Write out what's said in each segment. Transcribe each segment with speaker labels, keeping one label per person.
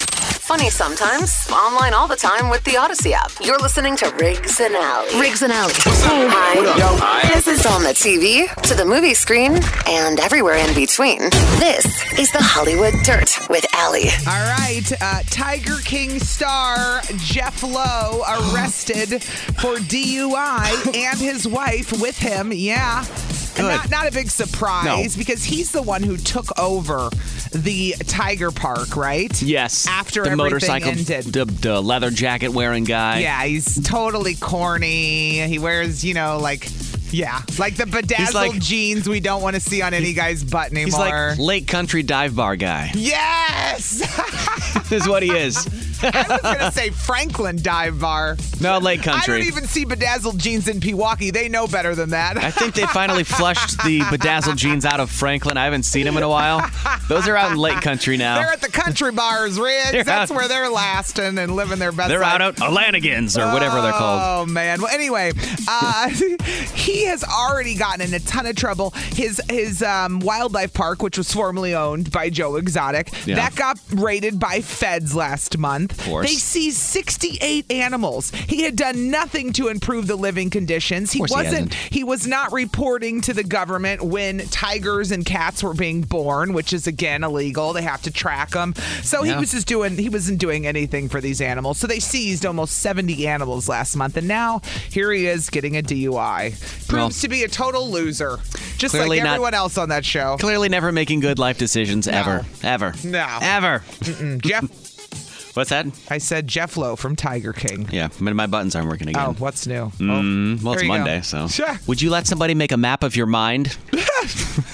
Speaker 1: Funny sometimes. Online all the time with the Odyssey app. You're listening to Riggs and Alley. Riggs and Alley. Hi. This is on the TV, to the movie screen, and everywhere in between. This is the Hollywood Dirt with Alley.
Speaker 2: All right. Uh, Tiger King star Jeff Lowe arrested for DUI and his wife with him. Yeah. And Not, not a big surprise
Speaker 3: No.
Speaker 2: because he's the one who took over the Tiger Park, right?
Speaker 3: Yes.
Speaker 2: After
Speaker 3: the
Speaker 2: everything
Speaker 3: motorcycle,
Speaker 2: ended.
Speaker 3: The, the leather jacket wearing guy.
Speaker 2: yeah, he's totally corny. He wears, you know, like, yeah, like the bedazzled
Speaker 3: like-
Speaker 2: jeans we don't want to see on any guy's butt anymore.
Speaker 3: He's like Lake Country dive bar guy.
Speaker 2: yes!
Speaker 3: is what he is.
Speaker 2: I was gonna say Franklin Dive Bar.
Speaker 3: No, Lake Country.
Speaker 2: I don't even see bedazzled jeans in Pewaukee. They know better than that.
Speaker 3: I think they finally flushed the bedazzled jeans out of Franklin. I haven't seen them in a while. Those are out in Lake Country now.
Speaker 2: they're at the country bars, Riggs.
Speaker 3: They're
Speaker 2: That's
Speaker 3: out-
Speaker 2: where they're lasting and living their best
Speaker 3: They're
Speaker 2: life.
Speaker 3: out at Atlantigans or whatever they're called.
Speaker 2: Oh man. Well, anyway, uh, he has already gotten in a ton of trouble. His his um, wildlife park, which was formerly owned by Joe Exotic,
Speaker 3: Yeah.
Speaker 2: that got raided by feds last month. Of
Speaker 3: course.
Speaker 2: They seized 68 animals. He had done nothing to improve the living conditions. He
Speaker 3: course he
Speaker 2: wasn't.
Speaker 3: hasn't.
Speaker 2: He, was not reporting to the government when tigers and cats were being born, which is again illegal. They have to track them. So he
Speaker 3: Yeah.
Speaker 2: was just doing he wasn't doing anything for these animals. So they seized almost 70 animals last month and now here he is getting a DUI. Proves
Speaker 3: Well-
Speaker 2: to be a total loser. Just like
Speaker 3: Clearly not-
Speaker 2: everyone else on that show.
Speaker 3: Clearly never making good life decisions ever. Ever.
Speaker 2: No.
Speaker 3: Ever.
Speaker 2: Jeff
Speaker 3: What's that?
Speaker 2: I said Jeff Lowe from Tiger King.
Speaker 3: Yeah, I mean, my buttons aren't working again.
Speaker 2: Oh, what's new?
Speaker 3: Mm, well,
Speaker 2: There
Speaker 3: it's
Speaker 2: you go.
Speaker 3: Monday, so.
Speaker 2: Sure.
Speaker 3: Would you let somebody make a map of your mind?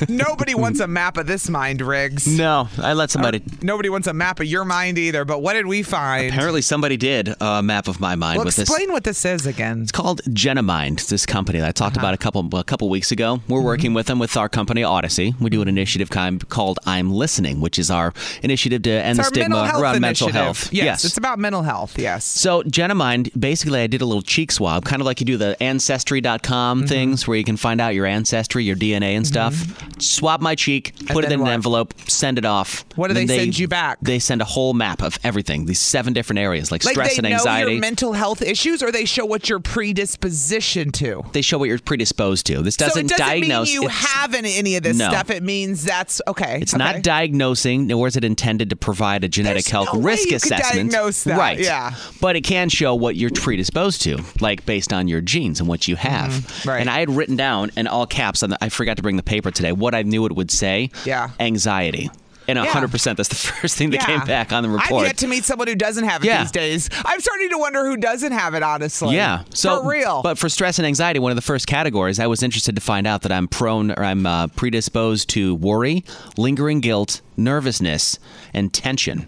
Speaker 2: Nobody wants a map of this mind, Riggs.
Speaker 3: No, I let somebody.
Speaker 2: Nobody wants a map of your mind either, but what did we find?
Speaker 3: Apparently, somebody did a map of my mind
Speaker 2: well,
Speaker 3: with this.
Speaker 2: explain what this is again.
Speaker 3: It's called Genamind. This company that I talked
Speaker 2: Uh-huh.
Speaker 3: about a couple a couple weeks ago.
Speaker 2: Mm-hmm.
Speaker 3: We're working with them with our company Odyssey. We do an initiative kind called I'm Listening, which is our initiative to
Speaker 2: It's
Speaker 3: end the
Speaker 2: our
Speaker 3: stigma
Speaker 2: mental health
Speaker 3: around
Speaker 2: initiative.
Speaker 3: mental health.
Speaker 2: Yes, it's about mental health. Yes.
Speaker 3: So, Genamind, basically, I did a little cheek swab, kind of like you do the Ancestry.com
Speaker 2: Mm-hmm.
Speaker 3: things where you can find out your ancestry, your DNA, and stuff. Swab my cheek, put it
Speaker 2: then
Speaker 3: in
Speaker 2: what?
Speaker 3: an envelope, send it off.
Speaker 2: What do
Speaker 3: Then
Speaker 2: they send you back?
Speaker 3: They send a whole map of everything, these seven different areas, like,
Speaker 2: Like
Speaker 3: stress
Speaker 2: they
Speaker 3: and
Speaker 2: know
Speaker 3: anxiety.
Speaker 2: your mental health issues, or they show what your predisposition to.
Speaker 3: they show what you're predisposed to. This doesn't,
Speaker 2: so it doesn't
Speaker 3: diagnose.
Speaker 2: mean you
Speaker 3: it's-
Speaker 2: have any, any of this
Speaker 3: No.
Speaker 2: stuff. It means that's okay.
Speaker 3: It's
Speaker 2: okay.
Speaker 3: not diagnosing, nor is it intended to provide a genetic
Speaker 2: There's
Speaker 3: health
Speaker 2: no way
Speaker 3: risk
Speaker 2: you could
Speaker 3: assessment.
Speaker 2: diagnose that,
Speaker 3: Right.
Speaker 2: yeah.
Speaker 3: But it can show what you're predisposed to, like based on your genes and what you have.
Speaker 2: Mm-hmm. right.
Speaker 3: And I had written down in all caps, on the, I forgot to bring the paper today, what I knew it would say
Speaker 2: Yeah.
Speaker 3: anxiety. And a
Speaker 2: Yeah.
Speaker 3: 100%, that's the first thing that
Speaker 2: Yeah.
Speaker 3: came back on the report.
Speaker 2: I've yet to meet someone who doesn't have it
Speaker 3: Yeah.
Speaker 2: these days. I'm starting to wonder who doesn't have it. Honestly,
Speaker 3: Yeah. So
Speaker 2: for real.
Speaker 3: But for stress and anxiety, one of the first categories, I was interested to find out that I'm prone or I'm uh, predisposed to worry, lingering guilt, nervousness, and tension.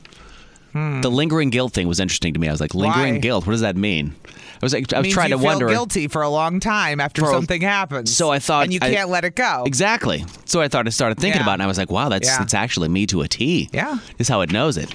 Speaker 3: The lingering guilt thing was interesting to me. I was like, lingering
Speaker 2: Why?
Speaker 3: guilt. What does that mean? I was like, I was
Speaker 2: Means
Speaker 3: trying
Speaker 2: you
Speaker 3: to wonder.
Speaker 2: feel guilty for a long time after
Speaker 3: For a-
Speaker 2: something happens.
Speaker 3: So I thought
Speaker 2: and you
Speaker 3: I-
Speaker 2: can't let it go.
Speaker 3: Exactly. So I thought I started thinking
Speaker 2: Yeah.
Speaker 3: about it, and I was like, wow, that's
Speaker 2: Yeah.
Speaker 3: that's actually me to a T.
Speaker 2: Yeah.
Speaker 3: Is how it knows it.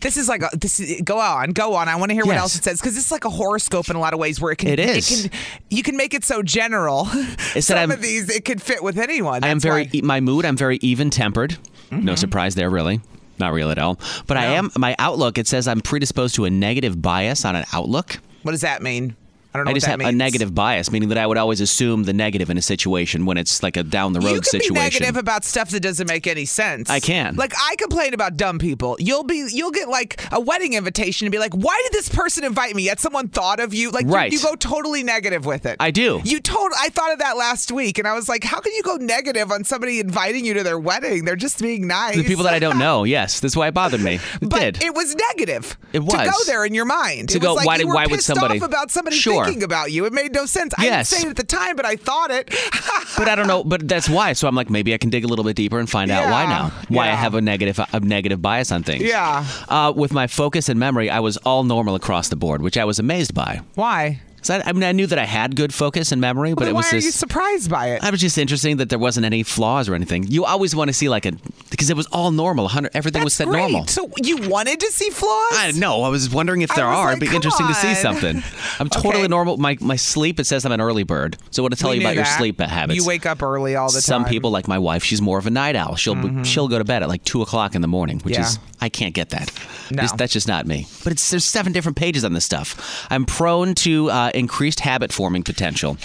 Speaker 2: This is like a, this. Is, go on, go on. I want to hear what
Speaker 3: Yes.
Speaker 2: else it says because it's like a horoscope in a lot of ways where it can.
Speaker 3: It is.
Speaker 2: can, you can make it so general.
Speaker 3: It said
Speaker 2: Some
Speaker 3: I'm-
Speaker 2: of these it could fit with anyone.
Speaker 3: I am
Speaker 2: That's
Speaker 3: very
Speaker 2: why- Mm-hmm.
Speaker 3: e my mood. I'm very even tempered. No surprise there, really. Not real at all. But I am my outlook. It says I'm predisposed to a negative bias on an outlook.
Speaker 2: What does that mean? I don't know
Speaker 3: I
Speaker 2: what
Speaker 3: just
Speaker 2: that
Speaker 3: have a
Speaker 2: means.
Speaker 3: negative bias, meaning that I would always assume the negative in a situation when it's like a down the road
Speaker 2: you can
Speaker 3: situation.
Speaker 2: be negative about stuff that doesn't make any sense.
Speaker 3: I can.
Speaker 2: Like I complain about dumb people. You'll be you'll get like a wedding invitation and be like, "Why did this person invite me?" Yet someone thought of you. Like you-
Speaker 3: Right.
Speaker 2: you, go totally negative with it.
Speaker 3: I do.
Speaker 2: You told I thought of that last week, and I was like, "How can you go negative on somebody inviting you to their wedding? They're just being nice."
Speaker 3: the people that I don't know, yes, that's why it bothered me. It
Speaker 2: But
Speaker 3: did.
Speaker 2: it was negative. to
Speaker 3: It
Speaker 2: go
Speaker 3: was.
Speaker 2: there in your mind.
Speaker 3: To
Speaker 2: it
Speaker 3: go,
Speaker 2: was like
Speaker 3: why
Speaker 2: you
Speaker 3: did-
Speaker 2: were
Speaker 3: why would
Speaker 2: pissed
Speaker 3: somebody-
Speaker 2: off about somebody
Speaker 3: Sure.
Speaker 2: thinking about you. It made no sense. I didn't
Speaker 3: Yes.
Speaker 2: say it at the time, but I thought it.
Speaker 3: but I don't know. But that's why. So I'm like, maybe I can dig a little bit deeper and find out why
Speaker 2: Yeah,
Speaker 3: now. Why I
Speaker 2: yeah.
Speaker 3: have a negative a negative bias on things.
Speaker 2: Yeah.
Speaker 3: Uh, with my focus and memory, I was all normal across the board, which I was amazed by.
Speaker 2: Why?
Speaker 3: 'Cause I, I mean, I knew that I had good focus and memory, but
Speaker 2: Then
Speaker 3: it was
Speaker 2: why are you
Speaker 3: just.
Speaker 2: surprised by it?
Speaker 3: I was just interesting that there wasn't any flaws or anything. You always want to see like a because it was all normal. 100, everything was
Speaker 2: That's
Speaker 3: set
Speaker 2: great.
Speaker 3: normal.
Speaker 2: So you wanted to see flaws?
Speaker 3: I know. I was wondering if
Speaker 2: I
Speaker 3: there
Speaker 2: was
Speaker 3: are.
Speaker 2: like,
Speaker 3: It'd be
Speaker 2: come
Speaker 3: interesting to see
Speaker 2: on.
Speaker 3: something. I'm totally
Speaker 2: Okay.
Speaker 3: normal. My my sleep. It says I'm an early bird. So what to tell
Speaker 2: We
Speaker 3: you about
Speaker 2: knew
Speaker 3: your
Speaker 2: that.
Speaker 3: sleep habits?
Speaker 2: You wake up early all the time.
Speaker 3: Some
Speaker 2: Mm-hmm.
Speaker 3: people, like my wife, she's more of a night owl. She'll she'll go to bed at like two o'clock in the morning, which is I can't get that.
Speaker 2: No.
Speaker 3: Just- that's just not me. But it's there's seven different pages on this stuff. I'm prone to uh, increased habit forming potential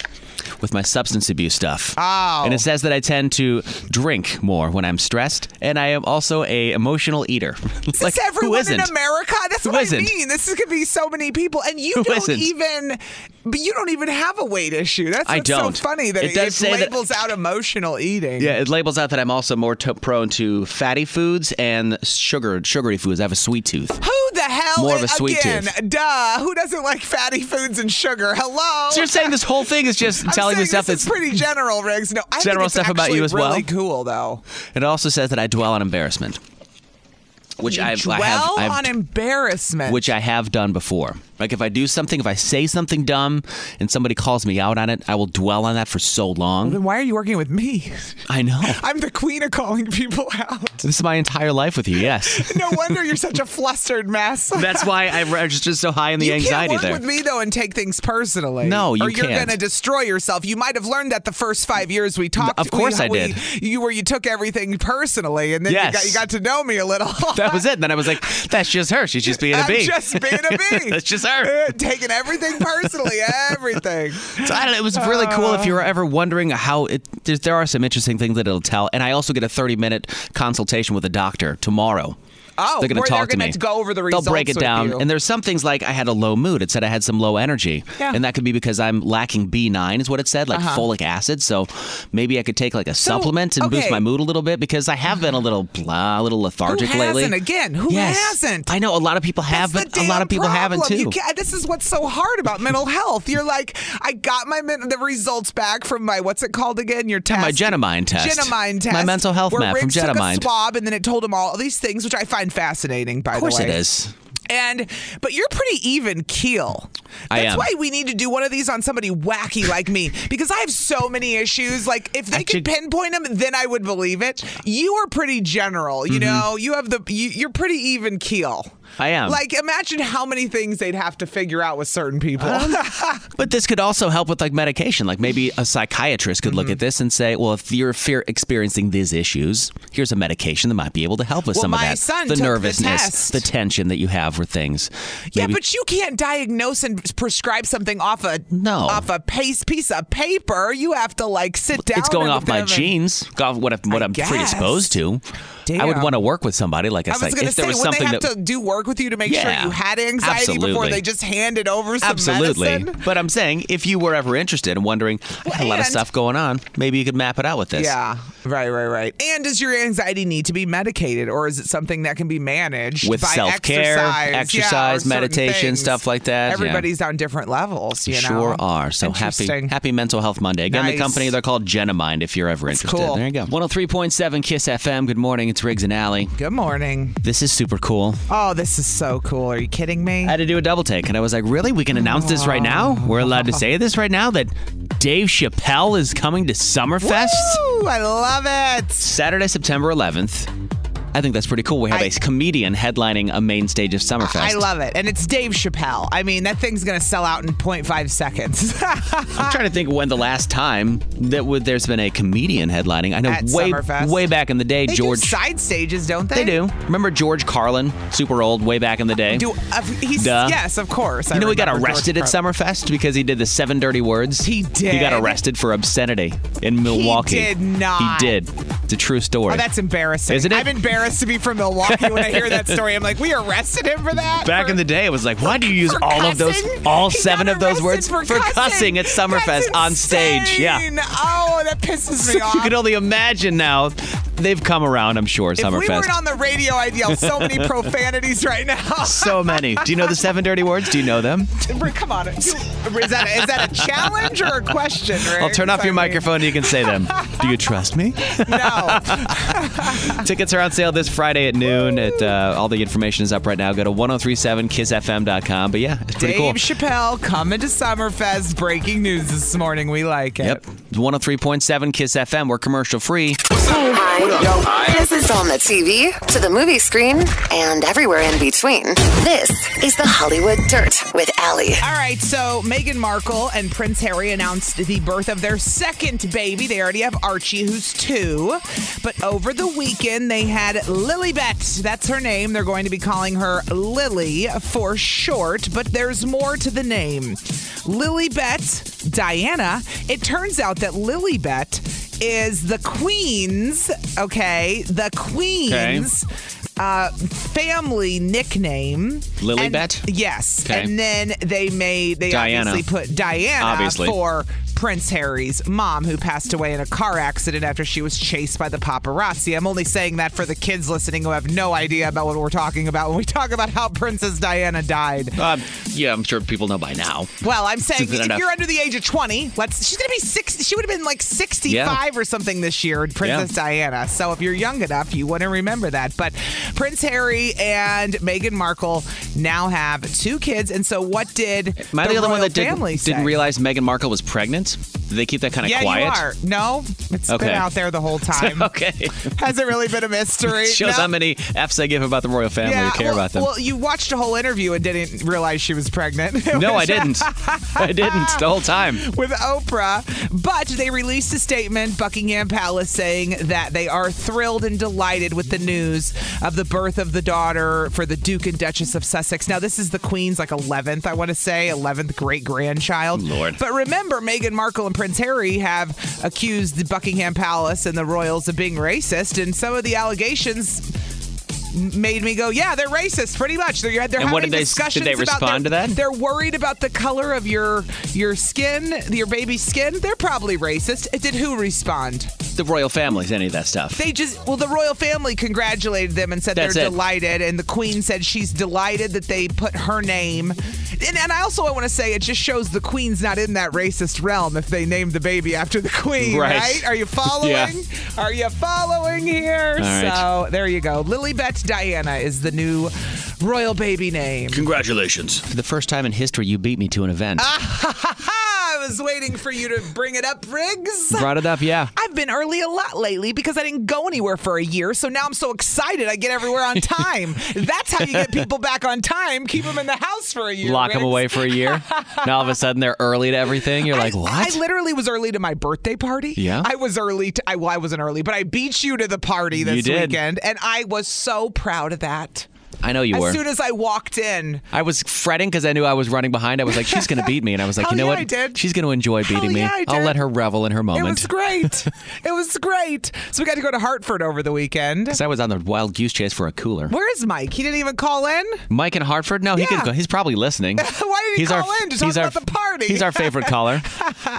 Speaker 3: with my substance abuse stuff.
Speaker 2: Oh.
Speaker 3: And it says that I tend to drink more when I'm stressed, and I am also a emotional eater.
Speaker 2: Is
Speaker 3: like
Speaker 2: this
Speaker 3: who
Speaker 2: everyone
Speaker 3: isn't?
Speaker 2: in America? That's
Speaker 3: Who
Speaker 2: what
Speaker 3: isn't?
Speaker 2: I mean. This is gonna be so many people, and you
Speaker 3: Who
Speaker 2: don't
Speaker 3: isn't?
Speaker 2: even, but you don't even have a weight issue. That's
Speaker 3: I
Speaker 2: what's
Speaker 3: don't.
Speaker 2: so funny that
Speaker 3: It does say that-
Speaker 2: labels out emotional eating.
Speaker 3: Yeah, it labels out that I'm also more to prone to fatty foods and sugar, sugary foods. I have a sweet tooth.
Speaker 2: Who the hell?
Speaker 3: More
Speaker 2: is,
Speaker 3: of a sweet
Speaker 2: again,
Speaker 3: tooth.
Speaker 2: Duh. Who doesn't like fatty foods and sugar? Hello.
Speaker 3: So you're saying this whole thing is just
Speaker 2: I'm
Speaker 3: telling
Speaker 2: saying
Speaker 3: yourself
Speaker 2: this is
Speaker 3: it's.
Speaker 2: pretty general, Riggs. No, I think
Speaker 3: General
Speaker 2: it's
Speaker 3: stuff about you
Speaker 2: actually
Speaker 3: as well?
Speaker 2: Really cool though.
Speaker 3: It also says that I dwell on embarrassment, which
Speaker 2: You
Speaker 3: I've,
Speaker 2: dwell
Speaker 3: I have, I've-
Speaker 2: on embarrassment.
Speaker 3: which I have done before. Like if I do something, if I say something dumb, and somebody calls me out on it, I will dwell on that for so long.
Speaker 2: then why are you working with me?
Speaker 3: I know.
Speaker 2: I'm the queen of calling people out.
Speaker 3: This is my entire life with you. Yes.
Speaker 2: No wonder you're such a flustered mess.
Speaker 3: That's why I registered so high in the
Speaker 2: you
Speaker 3: anxiety
Speaker 2: can't work
Speaker 3: there.
Speaker 2: with me though and take things personally.
Speaker 3: No, you
Speaker 2: or you're
Speaker 3: can't.
Speaker 2: gonna destroy yourself. You might have learned that the first five years we talked.
Speaker 3: Of course
Speaker 2: we,
Speaker 3: I
Speaker 2: we-
Speaker 3: did.
Speaker 2: you where you took everything personally, and then
Speaker 3: Yes.
Speaker 2: you, got, you got to know me a little.
Speaker 3: That was it. Then I was like, that's just her. She's just being a
Speaker 2: I'm
Speaker 3: bee.
Speaker 2: just being a bee.
Speaker 3: That's just her.
Speaker 2: Uh, Taking everything personally, everything.
Speaker 3: So I don't know, it was really cool. If you were ever wondering how it, there's, there are some interesting things that it'll tell, and I also get a 30 minute consultation with a doctor tomorrow.
Speaker 2: Oh,
Speaker 3: they're going
Speaker 2: where
Speaker 3: to
Speaker 2: they're
Speaker 3: talk to
Speaker 2: gonna
Speaker 3: me.
Speaker 2: go over the
Speaker 3: They'll break
Speaker 2: results
Speaker 3: it
Speaker 2: with
Speaker 3: down,
Speaker 2: you.
Speaker 3: and there's some things like I had a low mood. It said I had some low energy,
Speaker 2: Yeah. Uh-huh.
Speaker 3: and that could be because I'm lacking B9, is what it said, like folic acid. So maybe I could take like a supplement and boost
Speaker 2: okay.
Speaker 3: my mood a little bit because I have been a little blah, a little lethargic
Speaker 2: Who
Speaker 3: lately.
Speaker 2: hasn't? Again, who
Speaker 3: Yes.
Speaker 2: hasn't?
Speaker 3: I know a lot of people have,
Speaker 2: That's
Speaker 3: but
Speaker 2: the
Speaker 3: a lot
Speaker 2: damn
Speaker 3: of people haven't
Speaker 2: problem.
Speaker 3: too.
Speaker 2: You can't- this is what's so hard about mental health. You're like, I got my men- the results back from my what's it called again? Your test,
Speaker 3: my Genomine test.
Speaker 2: Genomine test,
Speaker 3: My mental health
Speaker 2: where
Speaker 3: map from
Speaker 2: Riggs took a
Speaker 3: Genomine.
Speaker 2: swab, and then it told him all these things, which I find fascinating. By
Speaker 3: of course
Speaker 2: the way,
Speaker 3: it is.
Speaker 2: And but you're pretty even keel.
Speaker 3: I
Speaker 2: That's
Speaker 3: am.
Speaker 2: why we need to do one of these on somebody wacky like me because I have so many issues. Like if they
Speaker 3: Actually-
Speaker 2: could pinpoint them, then I would believe it. You are pretty general. You know, you have the you, you're pretty even keel.
Speaker 3: Mm-hmm. I am.
Speaker 2: Like imagine how many things they'd have to figure out with certain people.
Speaker 3: Um, But this could also help with like medication. Like maybe a psychiatrist could
Speaker 2: Mm-hmm.
Speaker 3: look at this and say, well, if you're fear experiencing these issues, here's a medication that might be able to help with
Speaker 2: Well,
Speaker 3: some of
Speaker 2: my
Speaker 3: that.
Speaker 2: son
Speaker 3: the
Speaker 2: took the
Speaker 3: nervousness,
Speaker 2: test.
Speaker 3: the, tension that you have with things.
Speaker 2: yeah,
Speaker 3: Maybe-
Speaker 2: but you can't diagnose and prescribe something off a
Speaker 3: No.
Speaker 2: off a pace, piece of paper. You have to like sit down.
Speaker 3: it's going
Speaker 2: and
Speaker 3: off
Speaker 2: with
Speaker 3: my
Speaker 2: them and-
Speaker 3: genes, off what, I- what
Speaker 2: I
Speaker 3: I'm predisposed to. I would
Speaker 2: Damn.
Speaker 3: want to work with somebody like a
Speaker 2: I was
Speaker 3: psych-
Speaker 2: going to
Speaker 3: if there
Speaker 2: say,
Speaker 3: was
Speaker 2: when they
Speaker 3: something
Speaker 2: have to
Speaker 3: that
Speaker 2: do work with you to make
Speaker 3: Yeah,
Speaker 2: sure you had anxiety before
Speaker 3: absolutely.
Speaker 2: they just handed over some
Speaker 3: Absolutely.
Speaker 2: medicine.
Speaker 3: But I'm saying if you were ever interested and wondering, I got a lot of
Speaker 2: and-
Speaker 3: stuff going on, maybe you could map it out with this.
Speaker 2: Yeah, right, right, right. And does your anxiety need to be medicated, or is it something that can be managed
Speaker 3: With
Speaker 2: by
Speaker 3: self-care,
Speaker 2: exercise, yeah, or
Speaker 3: exercise,
Speaker 2: certain
Speaker 3: meditation,
Speaker 2: things?
Speaker 3: stuff like that, yeah.
Speaker 2: Everybody's on different levels. You
Speaker 3: You
Speaker 2: know?
Speaker 3: sure are. So happy
Speaker 2: Interesting.
Speaker 3: happy Mental Health Monday. Again, the
Speaker 2: Nice.
Speaker 3: company, they're called Genomind if you're ever interested. oh
Speaker 2: cool.
Speaker 3: There you go. 103.7 Kiss FM. Good morning. It's Riggs and Alley.
Speaker 2: Good morning.
Speaker 3: This is super cool.
Speaker 2: Oh, this is so cool. Are you kidding me?
Speaker 3: I had to do a double take, and I was like, really? We can announce this right now? We're allowed to say this right now that Dave Chappelle is coming to Summerfest?
Speaker 2: Woo, I love it.
Speaker 3: Saturday, September 11th. I think that's pretty cool. We have a comedian headlining a main stage of Summerfest.
Speaker 2: I love it. And it's Dave Chappelle. I mean, that thing's going to sell out in 0.5 seconds.
Speaker 3: I'm trying to think when the last time that w- there's been a comedian headlining. I know
Speaker 2: At
Speaker 3: way
Speaker 2: Summerfest.
Speaker 3: way back in the day,
Speaker 2: they
Speaker 3: George.
Speaker 2: do side stages, don't they?
Speaker 3: they do. Remember George Carlin, super old, way back in the day.
Speaker 2: Do uh, he's
Speaker 3: Duh.
Speaker 2: yes, of course. I
Speaker 3: you know he got
Speaker 2: remember George
Speaker 3: arrested at
Speaker 2: Carlin.
Speaker 3: Summerfest because he did the seven dirty words.
Speaker 2: He
Speaker 3: He got
Speaker 2: did?
Speaker 3: arrested for obscenity in Milwaukee.
Speaker 2: did not.
Speaker 3: He did. It's a true story.
Speaker 2: Oh, that's embarrassing.
Speaker 3: Isn't it?
Speaker 2: I'm embarrassed to be from Milwaukee when I hear that story. I'm like, we arrested him for that.
Speaker 3: Back
Speaker 2: For-
Speaker 3: in the day, it was like, why do you use
Speaker 2: for
Speaker 3: all of those,
Speaker 2: cussing?
Speaker 3: all
Speaker 2: He
Speaker 3: seven
Speaker 2: got
Speaker 3: of those
Speaker 2: arrested
Speaker 3: words
Speaker 2: for
Speaker 3: cussing at
Speaker 2: That's
Speaker 3: Summerfest on stage? Yeah.
Speaker 2: insane. Oh, that pisses me off.
Speaker 3: You can only imagine now. They've come around, I'm sure,
Speaker 2: if we
Speaker 3: Summerfest.
Speaker 2: weren't on the radio, I'd yell so many profanities right now.
Speaker 3: so many. Do you know the seven dirty words? Do you know them?
Speaker 2: Rick, Come on. You- Is that a, is that a challenge or a question, Rick?
Speaker 3: I'll turn off
Speaker 2: I
Speaker 3: your
Speaker 2: mean,
Speaker 3: microphone and you can say them. Do you trust me?
Speaker 2: No.
Speaker 3: Tickets are on sale this Friday at noon. At uh, all the information is up right now. Go to 1037kissfm.com. But yeah, it's pretty
Speaker 2: Dave
Speaker 3: cool.
Speaker 2: Chappelle coming to Summerfest. Breaking news this morning. We like it.
Speaker 3: Yep. 103.7 Kiss FM. We're commercial free.
Speaker 1: Hi. This is on the TV, to the movie screen, and everywhere in between. This is the Hollywood Dirt with Allie.
Speaker 2: All right, so Meghan Markle and Prince Harry announced the birth of their second baby. They already have Archie, who's two. But over the weekend, they had Lilybet. That's her name. They're going to be calling her Lily for short, but there's more to the name. Lilybet, Diana. It turns out that Lilybet is the Queen's, okay, the Queen's uh, family nickname.
Speaker 3: Lilybet?
Speaker 2: And- Yes.
Speaker 3: Okay.
Speaker 2: And then they made, they
Speaker 3: Diana.
Speaker 2: obviously put Diana
Speaker 3: Obviously.
Speaker 2: for Prince Harry's mom, who passed away in a car accident after she was chased by the paparazzi. I'm only saying that for the kids listening who have no idea about what we're talking about when we talk about how Princess Diana died.
Speaker 3: Um, yeah, I'm sure people know by now.
Speaker 2: Well, I'm saying
Speaker 3: Isn't
Speaker 2: if
Speaker 3: enough.
Speaker 2: you're under the age of 20, let's she's gonna be six. She would have been like 65 or something this year, Princess Diana. So if you're young enough, you want to remember that. But Prince Harry and Meghan Markle now have two kids, and so what did
Speaker 3: Am I the, other one
Speaker 2: royal
Speaker 3: that didn't,
Speaker 2: family say?
Speaker 3: didn't realize Meghan Markle was pregnant? Did they keep that kind of
Speaker 2: Yeah,
Speaker 3: quiet?
Speaker 2: you are. No, it's
Speaker 3: Okay.
Speaker 2: been out there the whole time.
Speaker 3: Okay.
Speaker 2: Hasn't really been a mystery.
Speaker 3: Shows
Speaker 2: No.
Speaker 3: how many F's I give about the royal family who care
Speaker 2: well,
Speaker 3: about them.
Speaker 2: Well, you watched a whole interview and didn't realize she was pregnant.
Speaker 3: no, I
Speaker 2: Which-
Speaker 3: didn't. I didn't the whole time.
Speaker 2: with Oprah, but they released a statement, Buckingham Palace, saying that they are thrilled and delighted with the news of the birth of the daughter for the Duke and Duchess of Sussex. Now, this is the Queen's like 11th, I want to say, 11th great grandchild.
Speaker 3: Lord.
Speaker 2: But remember, Meghan Markle and Prince Harry have accused the Buckingham Palace and the royals of being racist, and some of the allegations. Made me go, yeah, they're racist, pretty much. They're, they're
Speaker 3: And what
Speaker 2: having
Speaker 3: did they- did
Speaker 2: discussions
Speaker 3: they
Speaker 2: about
Speaker 3: respond
Speaker 2: their-
Speaker 3: to that?
Speaker 2: they're worried about the color of your your skin, your baby's skin. They're probably racist. Did who respond?
Speaker 3: The royal family's any of that stuff.
Speaker 2: They just well, the royal family congratulated them and said
Speaker 3: That's
Speaker 2: they're
Speaker 3: it.
Speaker 2: delighted, and the queen said she's delighted that they put her name. And, and I also I want to say it just shows the queen's not in that racist realm if they named the baby after the queen,
Speaker 3: Right.
Speaker 2: right? Are you following?
Speaker 3: Yeah.
Speaker 2: Are you following here?
Speaker 3: right.
Speaker 2: So there you go. Lilybet Diana is the new royal baby name.
Speaker 4: Congratulations.
Speaker 3: For the first time in history, you beat me to an event.
Speaker 2: I was waiting for you to bring it up, Riggs.
Speaker 3: Brought it up, yeah.
Speaker 2: I've been early a lot lately because I didn't go anywhere for a year. So now I'm so excited I get everywhere on time. That's how you get people back on time. Keep them in the house for a year.
Speaker 3: Lock them
Speaker 2: Riggs.
Speaker 3: away for a year. now all of a sudden they're early to everything. You're like,
Speaker 2: I-
Speaker 3: what?
Speaker 2: I literally was early to my birthday party.
Speaker 3: Yeah?
Speaker 2: I was early. To, I, well, I wasn't early, but I beat you to the party this
Speaker 3: You did.
Speaker 2: weekend. And I was so proud of that.
Speaker 3: I know you
Speaker 2: as
Speaker 3: were.
Speaker 2: soon as I walked in,
Speaker 3: I was fretting because I knew I was running behind. I was like, she's going to beat me. And I was like,
Speaker 2: Hell
Speaker 3: you know
Speaker 2: yeah,
Speaker 3: what?
Speaker 2: I did.
Speaker 3: She's going to enjoy beating
Speaker 2: Hell
Speaker 3: me.
Speaker 2: yeah, I
Speaker 3: I'll
Speaker 2: did.
Speaker 3: let her revel in her
Speaker 2: it
Speaker 3: moment.
Speaker 2: was great. it was great. So we got to go to Hartford over the weekend.
Speaker 3: 'Cause I was on the wild goose chase for a cooler.
Speaker 2: Where is Mike? He didn't even call in.
Speaker 3: Mike in Hartford? No, he
Speaker 2: Yeah.
Speaker 3: could go. He's probably listening.
Speaker 2: Why did he call in to talk
Speaker 3: he's our-
Speaker 2: about the party?
Speaker 3: He's our favorite caller.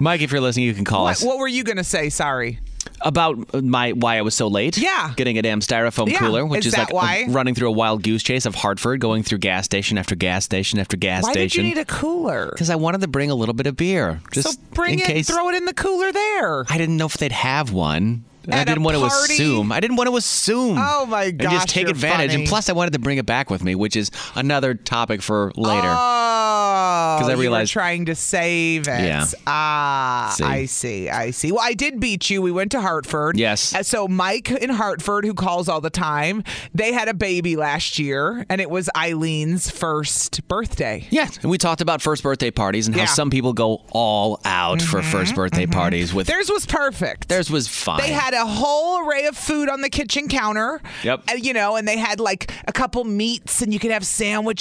Speaker 3: Mike, if you're listening, you can call
Speaker 2: What,
Speaker 3: us.
Speaker 2: what were you going to say? Sorry.
Speaker 3: about my why I was so late.
Speaker 2: Yeah.
Speaker 3: getting a damn styrofoam
Speaker 2: Yeah.
Speaker 3: cooler, which
Speaker 2: Is
Speaker 3: is,
Speaker 2: that
Speaker 3: like a-
Speaker 2: why?
Speaker 3: running through a wild goose chase of Hartford, going through gas station after gas station after gas
Speaker 2: Why did you
Speaker 3: station.
Speaker 2: need a cooler?
Speaker 3: Because I wanted to bring a little bit of beer, just
Speaker 2: So bring
Speaker 3: in
Speaker 2: it,
Speaker 3: case.
Speaker 2: throw it in the cooler there.
Speaker 3: I didn't know if they'd have one. and I
Speaker 2: At a
Speaker 3: didn't want to
Speaker 2: party?
Speaker 3: assume. I didn't want to assume.
Speaker 2: Oh my
Speaker 3: And
Speaker 2: gosh,
Speaker 3: just take
Speaker 2: you're
Speaker 3: advantage.
Speaker 2: funny.
Speaker 3: And plus, I wanted to bring it back with me, which is another topic for later.
Speaker 2: Oh, because
Speaker 3: I
Speaker 2: you
Speaker 3: realized-
Speaker 2: were trying to save it.
Speaker 3: Yeah.
Speaker 2: Ah,
Speaker 3: See.
Speaker 2: I see. I see. Well, I did beat you. We went to Hartford.
Speaker 3: Yes.
Speaker 2: Uh, So Mike in Hartford, who calls all the time, they had a baby last year, and it was Eileen's first birthday.
Speaker 3: Yeah, and we talked about first birthday parties and
Speaker 2: Yeah.
Speaker 3: how some people go all out for first birthday parties with
Speaker 2: Theirs was perfect.
Speaker 3: theirs was fine.
Speaker 2: They had a whole array of food on the kitchen counter.
Speaker 3: Yep.
Speaker 2: Uh, you know, and they had like a couple meats, and you could have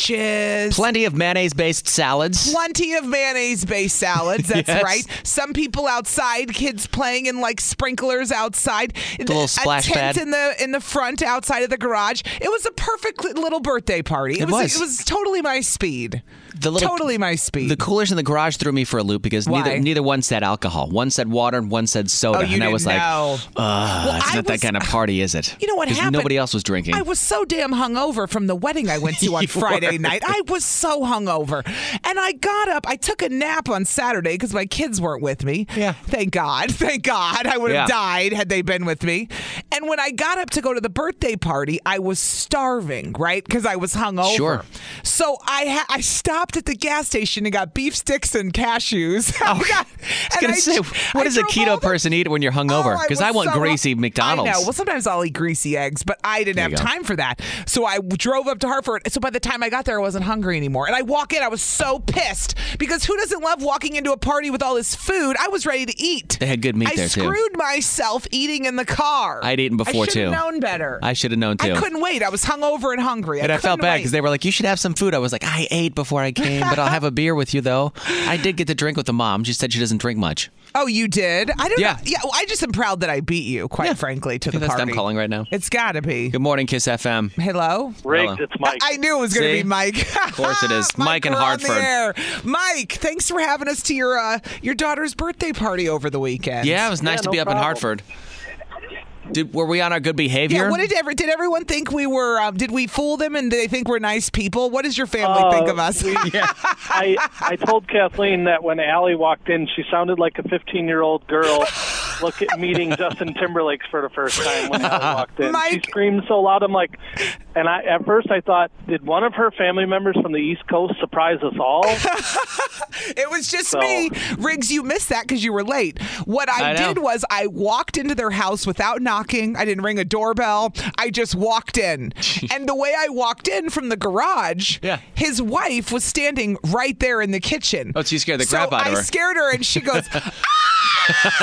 Speaker 2: sandwiches.
Speaker 3: plenty of mayonnaise-based salads.
Speaker 2: Plenty of mayonnaise based salads. That's
Speaker 3: Yes.
Speaker 2: right. Some people outside, kids playing in like sprinklers outside. The
Speaker 3: little splash
Speaker 2: a tent
Speaker 3: pad.
Speaker 2: in the in the front outside of the garage. It was a perfect li- little birthday party. It,
Speaker 3: It
Speaker 2: was,
Speaker 3: was.
Speaker 2: it was totally my speed.
Speaker 3: The little-
Speaker 2: totally my speed.
Speaker 3: The coolers in the garage threw me for a loop because
Speaker 2: Why?
Speaker 3: neither neither one said alcohol. One said water and one said soda.
Speaker 2: Oh, you
Speaker 3: and I
Speaker 2: didn't
Speaker 3: was like,
Speaker 2: know.
Speaker 3: "Ugh,
Speaker 2: Well,
Speaker 3: it's
Speaker 2: I
Speaker 3: not
Speaker 2: was-
Speaker 3: that kind of party, is it?
Speaker 2: You know what
Speaker 3: 'Cause
Speaker 2: happened?
Speaker 3: Nobody else was drinking.
Speaker 2: I was so damn hungover from the wedding I went to on
Speaker 3: You
Speaker 2: Friday
Speaker 3: were.
Speaker 2: night. I was so hungover. And I got up, I took a nap on Saturday because my kids weren't with me.
Speaker 3: Yeah.
Speaker 2: Thank God. Thank God. I would have
Speaker 3: Yeah.
Speaker 2: died had they been with me. And when I got up to go to the birthday party, I was starving, right? Because I was hungover.
Speaker 3: Sure.
Speaker 2: So I ha- I stopped at the gas station and got beef sticks and cashews. I got-
Speaker 3: Oh, I was
Speaker 2: and
Speaker 3: gonna say,
Speaker 2: I-
Speaker 3: what
Speaker 2: I
Speaker 3: does a
Speaker 2: drove
Speaker 3: keto
Speaker 2: all the-
Speaker 3: person eat when you're hungover?
Speaker 2: Oh,
Speaker 3: Because I,
Speaker 2: was
Speaker 3: want
Speaker 2: so-
Speaker 3: greasy McDonald's.
Speaker 2: I know. Well, sometimes I'll eat greasy eggs, but I didn't
Speaker 3: There
Speaker 2: have
Speaker 3: you go.
Speaker 2: time for that. So I drove up to Hartford. So by the time I got there, I wasn't hungry anymore. And I walk in, I was so pissed because who doesn't love walking into a party with all this food? I was ready to eat.
Speaker 3: They had good meat
Speaker 2: I
Speaker 3: there, too.
Speaker 2: screwed myself eating in the car.
Speaker 3: I'd eaten before,
Speaker 2: I should have
Speaker 3: too.
Speaker 2: known better.
Speaker 3: I should have known
Speaker 2: I
Speaker 3: too.
Speaker 2: couldn't wait. I was hungover and hungry.
Speaker 3: and I felt
Speaker 2: couldn't
Speaker 3: bad
Speaker 2: wait.
Speaker 3: because they were like, "You should have some food." I was like, "I ate before I came, but I'll have a beer with you though." I did get to drink with the mom. She said she doesn't drink much.
Speaker 2: Oh, you did? I don't.
Speaker 3: Yeah.
Speaker 2: Know. Yeah. Well, I just am proud that I beat you. Quite frankly, to
Speaker 3: I think
Speaker 2: the
Speaker 3: that's
Speaker 2: party.
Speaker 3: them calling right now.
Speaker 2: It's got to be.
Speaker 3: Good morning, Kiss FM.
Speaker 2: Hello.
Speaker 5: Riggs, it's Mike.
Speaker 2: I knew it was going to
Speaker 3: See?
Speaker 2: be Mike. Of
Speaker 3: course it is. Mike in Hartford.
Speaker 2: Mike, thanks for having us to your uh, your daughter's birthday party over the weekend.
Speaker 3: Yeah, it was nice
Speaker 5: Yeah,
Speaker 3: to
Speaker 5: no
Speaker 3: be up in
Speaker 5: problem.
Speaker 3: Hartford. Did, were we on our good behavior?
Speaker 2: Yeah, what did every, did everyone think we were? Um, did we fool them and they think we're nice people? What does your family
Speaker 5: Uh,
Speaker 2: think of us?
Speaker 5: we- I, I told Kathleen that when Allie walked in, she sounded like a 15 year old girl look at meeting Justin Timberlake for the first time when Allie walked in. She
Speaker 2: Uh-huh. Mike-
Speaker 5: screamed so loud. I'm like, and I at first I thought, did one of her family members from the East Coast surprise us all?
Speaker 2: it was just
Speaker 5: So-
Speaker 2: me. Riggs, you missed that because you were late. What I,
Speaker 3: I know.
Speaker 2: did was I walked into their house without knocking. I didn't ring a doorbell. I just walked in. and the way I walked in from the garage,
Speaker 3: Yeah.
Speaker 2: his wife was standing right there in the kitchen.
Speaker 3: Oh, so you scared the
Speaker 2: So
Speaker 3: crap out of
Speaker 2: I
Speaker 3: her.
Speaker 2: scared her and she goes, "Ah!"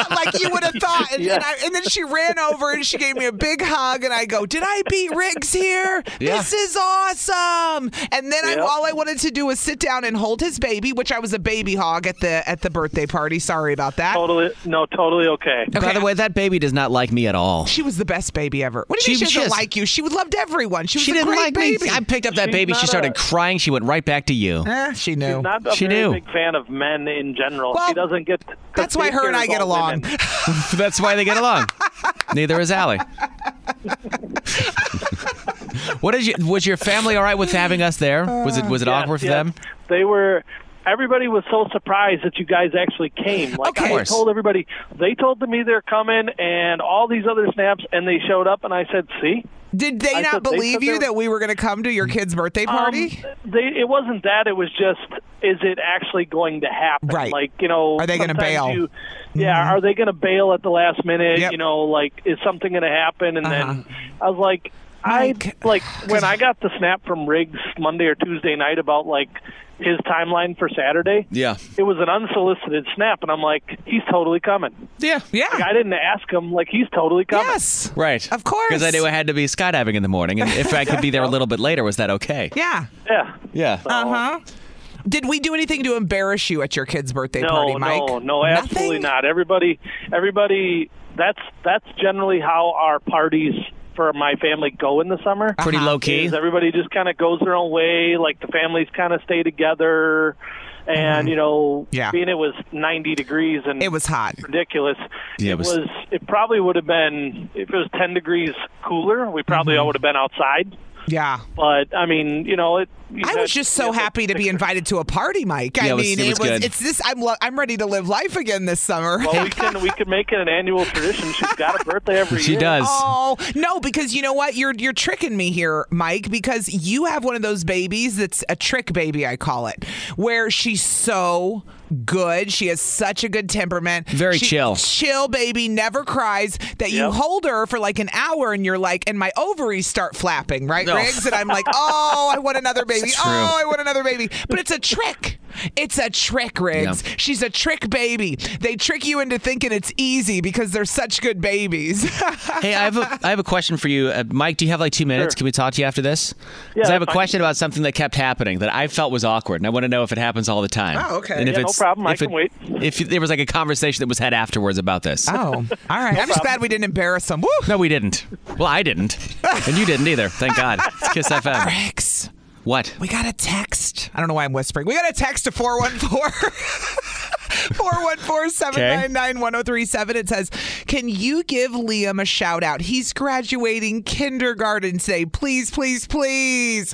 Speaker 2: like you would have thought. And, and, I, and then she ran over and she gave me a big hug. And I go, Did I beat Riggs here?
Speaker 3: Yeah.
Speaker 2: This is awesome. And then I,
Speaker 5: Yep.
Speaker 2: all I wanted to do was sit down and hold his baby, which I was a baby hog at the at the birthday party. Sorry about that.
Speaker 5: totally, no, totally okay.
Speaker 3: By the way, that baby does not like me at all.
Speaker 2: She was the best baby ever. What do you
Speaker 3: She-
Speaker 2: mean she
Speaker 3: she
Speaker 2: doesn't
Speaker 3: is-
Speaker 2: like you? She loved everyone. She was
Speaker 3: She
Speaker 2: a
Speaker 3: didn't
Speaker 2: great
Speaker 3: like
Speaker 2: baby.
Speaker 3: me. I picked up that
Speaker 5: She's
Speaker 3: baby. She
Speaker 5: not
Speaker 3: started
Speaker 5: a-
Speaker 3: crying. She went right back to you.
Speaker 2: Eh, she knew.
Speaker 5: Not a
Speaker 3: She
Speaker 5: very
Speaker 3: knew.
Speaker 5: big fan of men in general.
Speaker 2: Well,
Speaker 5: she doesn't get. 'cause
Speaker 2: That's why her and I
Speaker 5: daycare is
Speaker 2: get
Speaker 5: all
Speaker 2: along.
Speaker 5: women.
Speaker 3: That's why they get along. Neither is Allie. what is your, was your family all right with having us there? Was it was it
Speaker 5: Yes,
Speaker 3: awkward for
Speaker 5: yes.
Speaker 3: them?
Speaker 5: They were. Everybody was so surprised that you guys actually came. Like
Speaker 2: Okay. Of
Speaker 5: I
Speaker 2: course.
Speaker 5: told everybody, they told me they're coming, and all these other snaps, and they showed up, and I said, "See,
Speaker 2: Did they
Speaker 5: I
Speaker 2: not
Speaker 5: thought they
Speaker 2: believe
Speaker 5: said
Speaker 2: you
Speaker 5: they-
Speaker 2: that we were going to come to your kid's birthday party?
Speaker 5: Um, they, it wasn't that. It was just, is it actually going to happen?
Speaker 2: Right.
Speaker 5: Like, you know,
Speaker 2: Are they gonna
Speaker 5: sometimes
Speaker 2: bail? Mm-hmm.
Speaker 5: you- yeah. Are they going to bail at the last minute?
Speaker 2: Yep. Uh-huh.
Speaker 5: You know, like, is something going to happen? And then I was like,
Speaker 2: Mike.
Speaker 5: I like when I got the snap from Riggs Monday or Tuesday night about like his timeline for Saturday.
Speaker 3: Yeah.
Speaker 5: It was an unsolicited snap, and I'm like, he's totally coming.
Speaker 3: Yeah.
Speaker 2: yeah.
Speaker 5: Like, I didn't ask him. Like, he's totally coming.
Speaker 2: Yes.
Speaker 3: Right.
Speaker 2: Of course.
Speaker 3: Because I knew I had to be skydiving in the morning, and if I could be there a little bit later, was that okay?
Speaker 2: Yeah.
Speaker 5: Yeah. Oh,
Speaker 3: Yeah.
Speaker 2: Uh huh. Did we do anything to embarrass you at your kid's birthday
Speaker 5: no,
Speaker 2: party, Mike?
Speaker 5: No, no, absolutely
Speaker 2: Nothing?
Speaker 5: not. Everybody, everybody. That's that's generally how our parties for my family go in the summer.
Speaker 3: Pretty
Speaker 2: Uh-huh.
Speaker 3: low key.
Speaker 5: Is everybody just kind of goes their own way. Like the families kind of stay together, and you know,
Speaker 2: Mm-hmm. Yeah.
Speaker 5: being it was ninety degrees and
Speaker 2: It was hot.
Speaker 5: ridiculous.
Speaker 3: Yeah,
Speaker 5: it,
Speaker 3: it was-
Speaker 5: was,
Speaker 3: Mm-hmm.
Speaker 5: It probably would have been if it was ten degrees cooler. We probably all would have been outside.
Speaker 2: Yeah.
Speaker 5: But I mean, you know, it. you
Speaker 2: I
Speaker 5: had-
Speaker 2: was just so
Speaker 5: you had
Speaker 2: happy to be invited to a party, Mike. I
Speaker 3: Yeah, it was-
Speaker 2: mean,
Speaker 3: it was good.
Speaker 2: it's this. I'm lo- I'm ready to live life again this summer.
Speaker 5: Well, we can we can make it an annual tradition. She's got a birthday every
Speaker 3: She
Speaker 5: year.
Speaker 3: does.
Speaker 2: Oh no, because you know what? You're you're tricking me here, Mike. Because you have one of those babies that's a trick baby, I call it, where she's so good. She has such a good temperament.
Speaker 3: Very
Speaker 2: She-
Speaker 3: chill.
Speaker 2: chill baby, never cries. That you
Speaker 5: Yep.
Speaker 2: hold her for like an hour, and you're like, and my ovaries start flapping, right, Riggs? And I'm like, oh, I want another baby.
Speaker 3: It's true.
Speaker 2: Oh, I want another baby. But it's a trick. It's a trick, Riggs.
Speaker 3: Yeah.
Speaker 2: She's a trick baby. They trick you into thinking it's easy because they're such good babies.
Speaker 3: Hey, I have a I have a question for you, uh, Mike. Do you have like two minutes? Can we talk to you after this? Because I have a
Speaker 5: fine.
Speaker 3: question about something that kept happening that I felt was awkward, and I want to know if it happens all the time.
Speaker 2: Oh, okay.
Speaker 3: And if
Speaker 5: Yeah, no
Speaker 3: it's,
Speaker 5: problem. I
Speaker 3: if
Speaker 5: can
Speaker 3: it-
Speaker 5: wait. Ah.
Speaker 3: If there was like a conversation that was had afterwards about this.
Speaker 2: Oh, all right. I'm just glad we didn't embarrass them. Woo!
Speaker 3: No, we didn't. Well, I didn't, and you didn't either. Thank God. It's Kiss FM.
Speaker 2: Rex,
Speaker 3: What?
Speaker 2: we got a text. I don't know why I'm whispering. We got a text to 414. 414-799-1037 it says can you give liam a shout out he's graduating kindergarten today please please please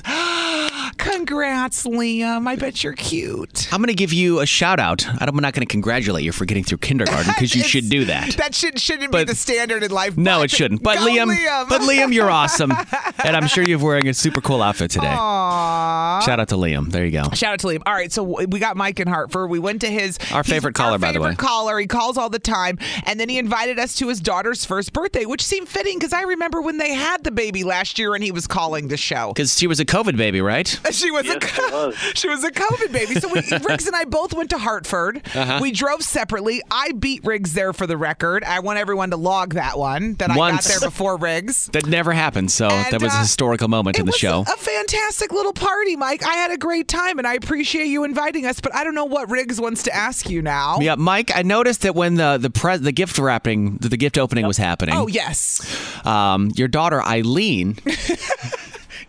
Speaker 2: congrats liam i bet you're cute
Speaker 3: I'm going to give you a shout out. I don't- I'm not going to congratulate you for getting through kindergarten because you
Speaker 2: It's-
Speaker 3: should do that.
Speaker 2: that should, shouldn't
Speaker 3: But-
Speaker 2: be the standard in life
Speaker 3: No, it shouldn't. But
Speaker 2: go,
Speaker 3: Liam,
Speaker 2: liam
Speaker 3: but Liam, you're awesome, and I'm sure you're wearing a super cool outfit today. Shout out to Liam. There you go.
Speaker 2: Shout out to Liam. All right, so w- we got Mike in Hartford. We went to his
Speaker 3: Our
Speaker 2: he's
Speaker 3: favorite caller,
Speaker 2: our
Speaker 3: by the way.
Speaker 2: favorite caller. He calls all the time, and then he invited us to his daughter's first birthday, which seemed fitting because I remember when they had the baby last year, and he was calling the show.
Speaker 3: Because she was a COVID baby, right?
Speaker 2: She was a
Speaker 5: Yes, she was.
Speaker 2: she was a COVID baby. So we, Riggs and I both went to Hartford.
Speaker 3: Uh-huh.
Speaker 2: We drove separately. I beat Riggs there for the record. I want everyone to log that one that I got
Speaker 3: Once.
Speaker 2: there before Riggs.
Speaker 3: That never happened. So
Speaker 2: And,
Speaker 3: that was a
Speaker 2: uh,
Speaker 3: historical moment
Speaker 2: it
Speaker 3: in the
Speaker 2: was
Speaker 3: show.
Speaker 2: A fantastic little party, Mike. I had a great time, and I appreciate you inviting us. But I don't know what Riggs wants to ask you now.
Speaker 3: yeah, Mike. I noticed that when the the pre- the gift wrapping, the, the gift opening was happening.
Speaker 2: Oh yes,
Speaker 3: Um, your daughter Eileen.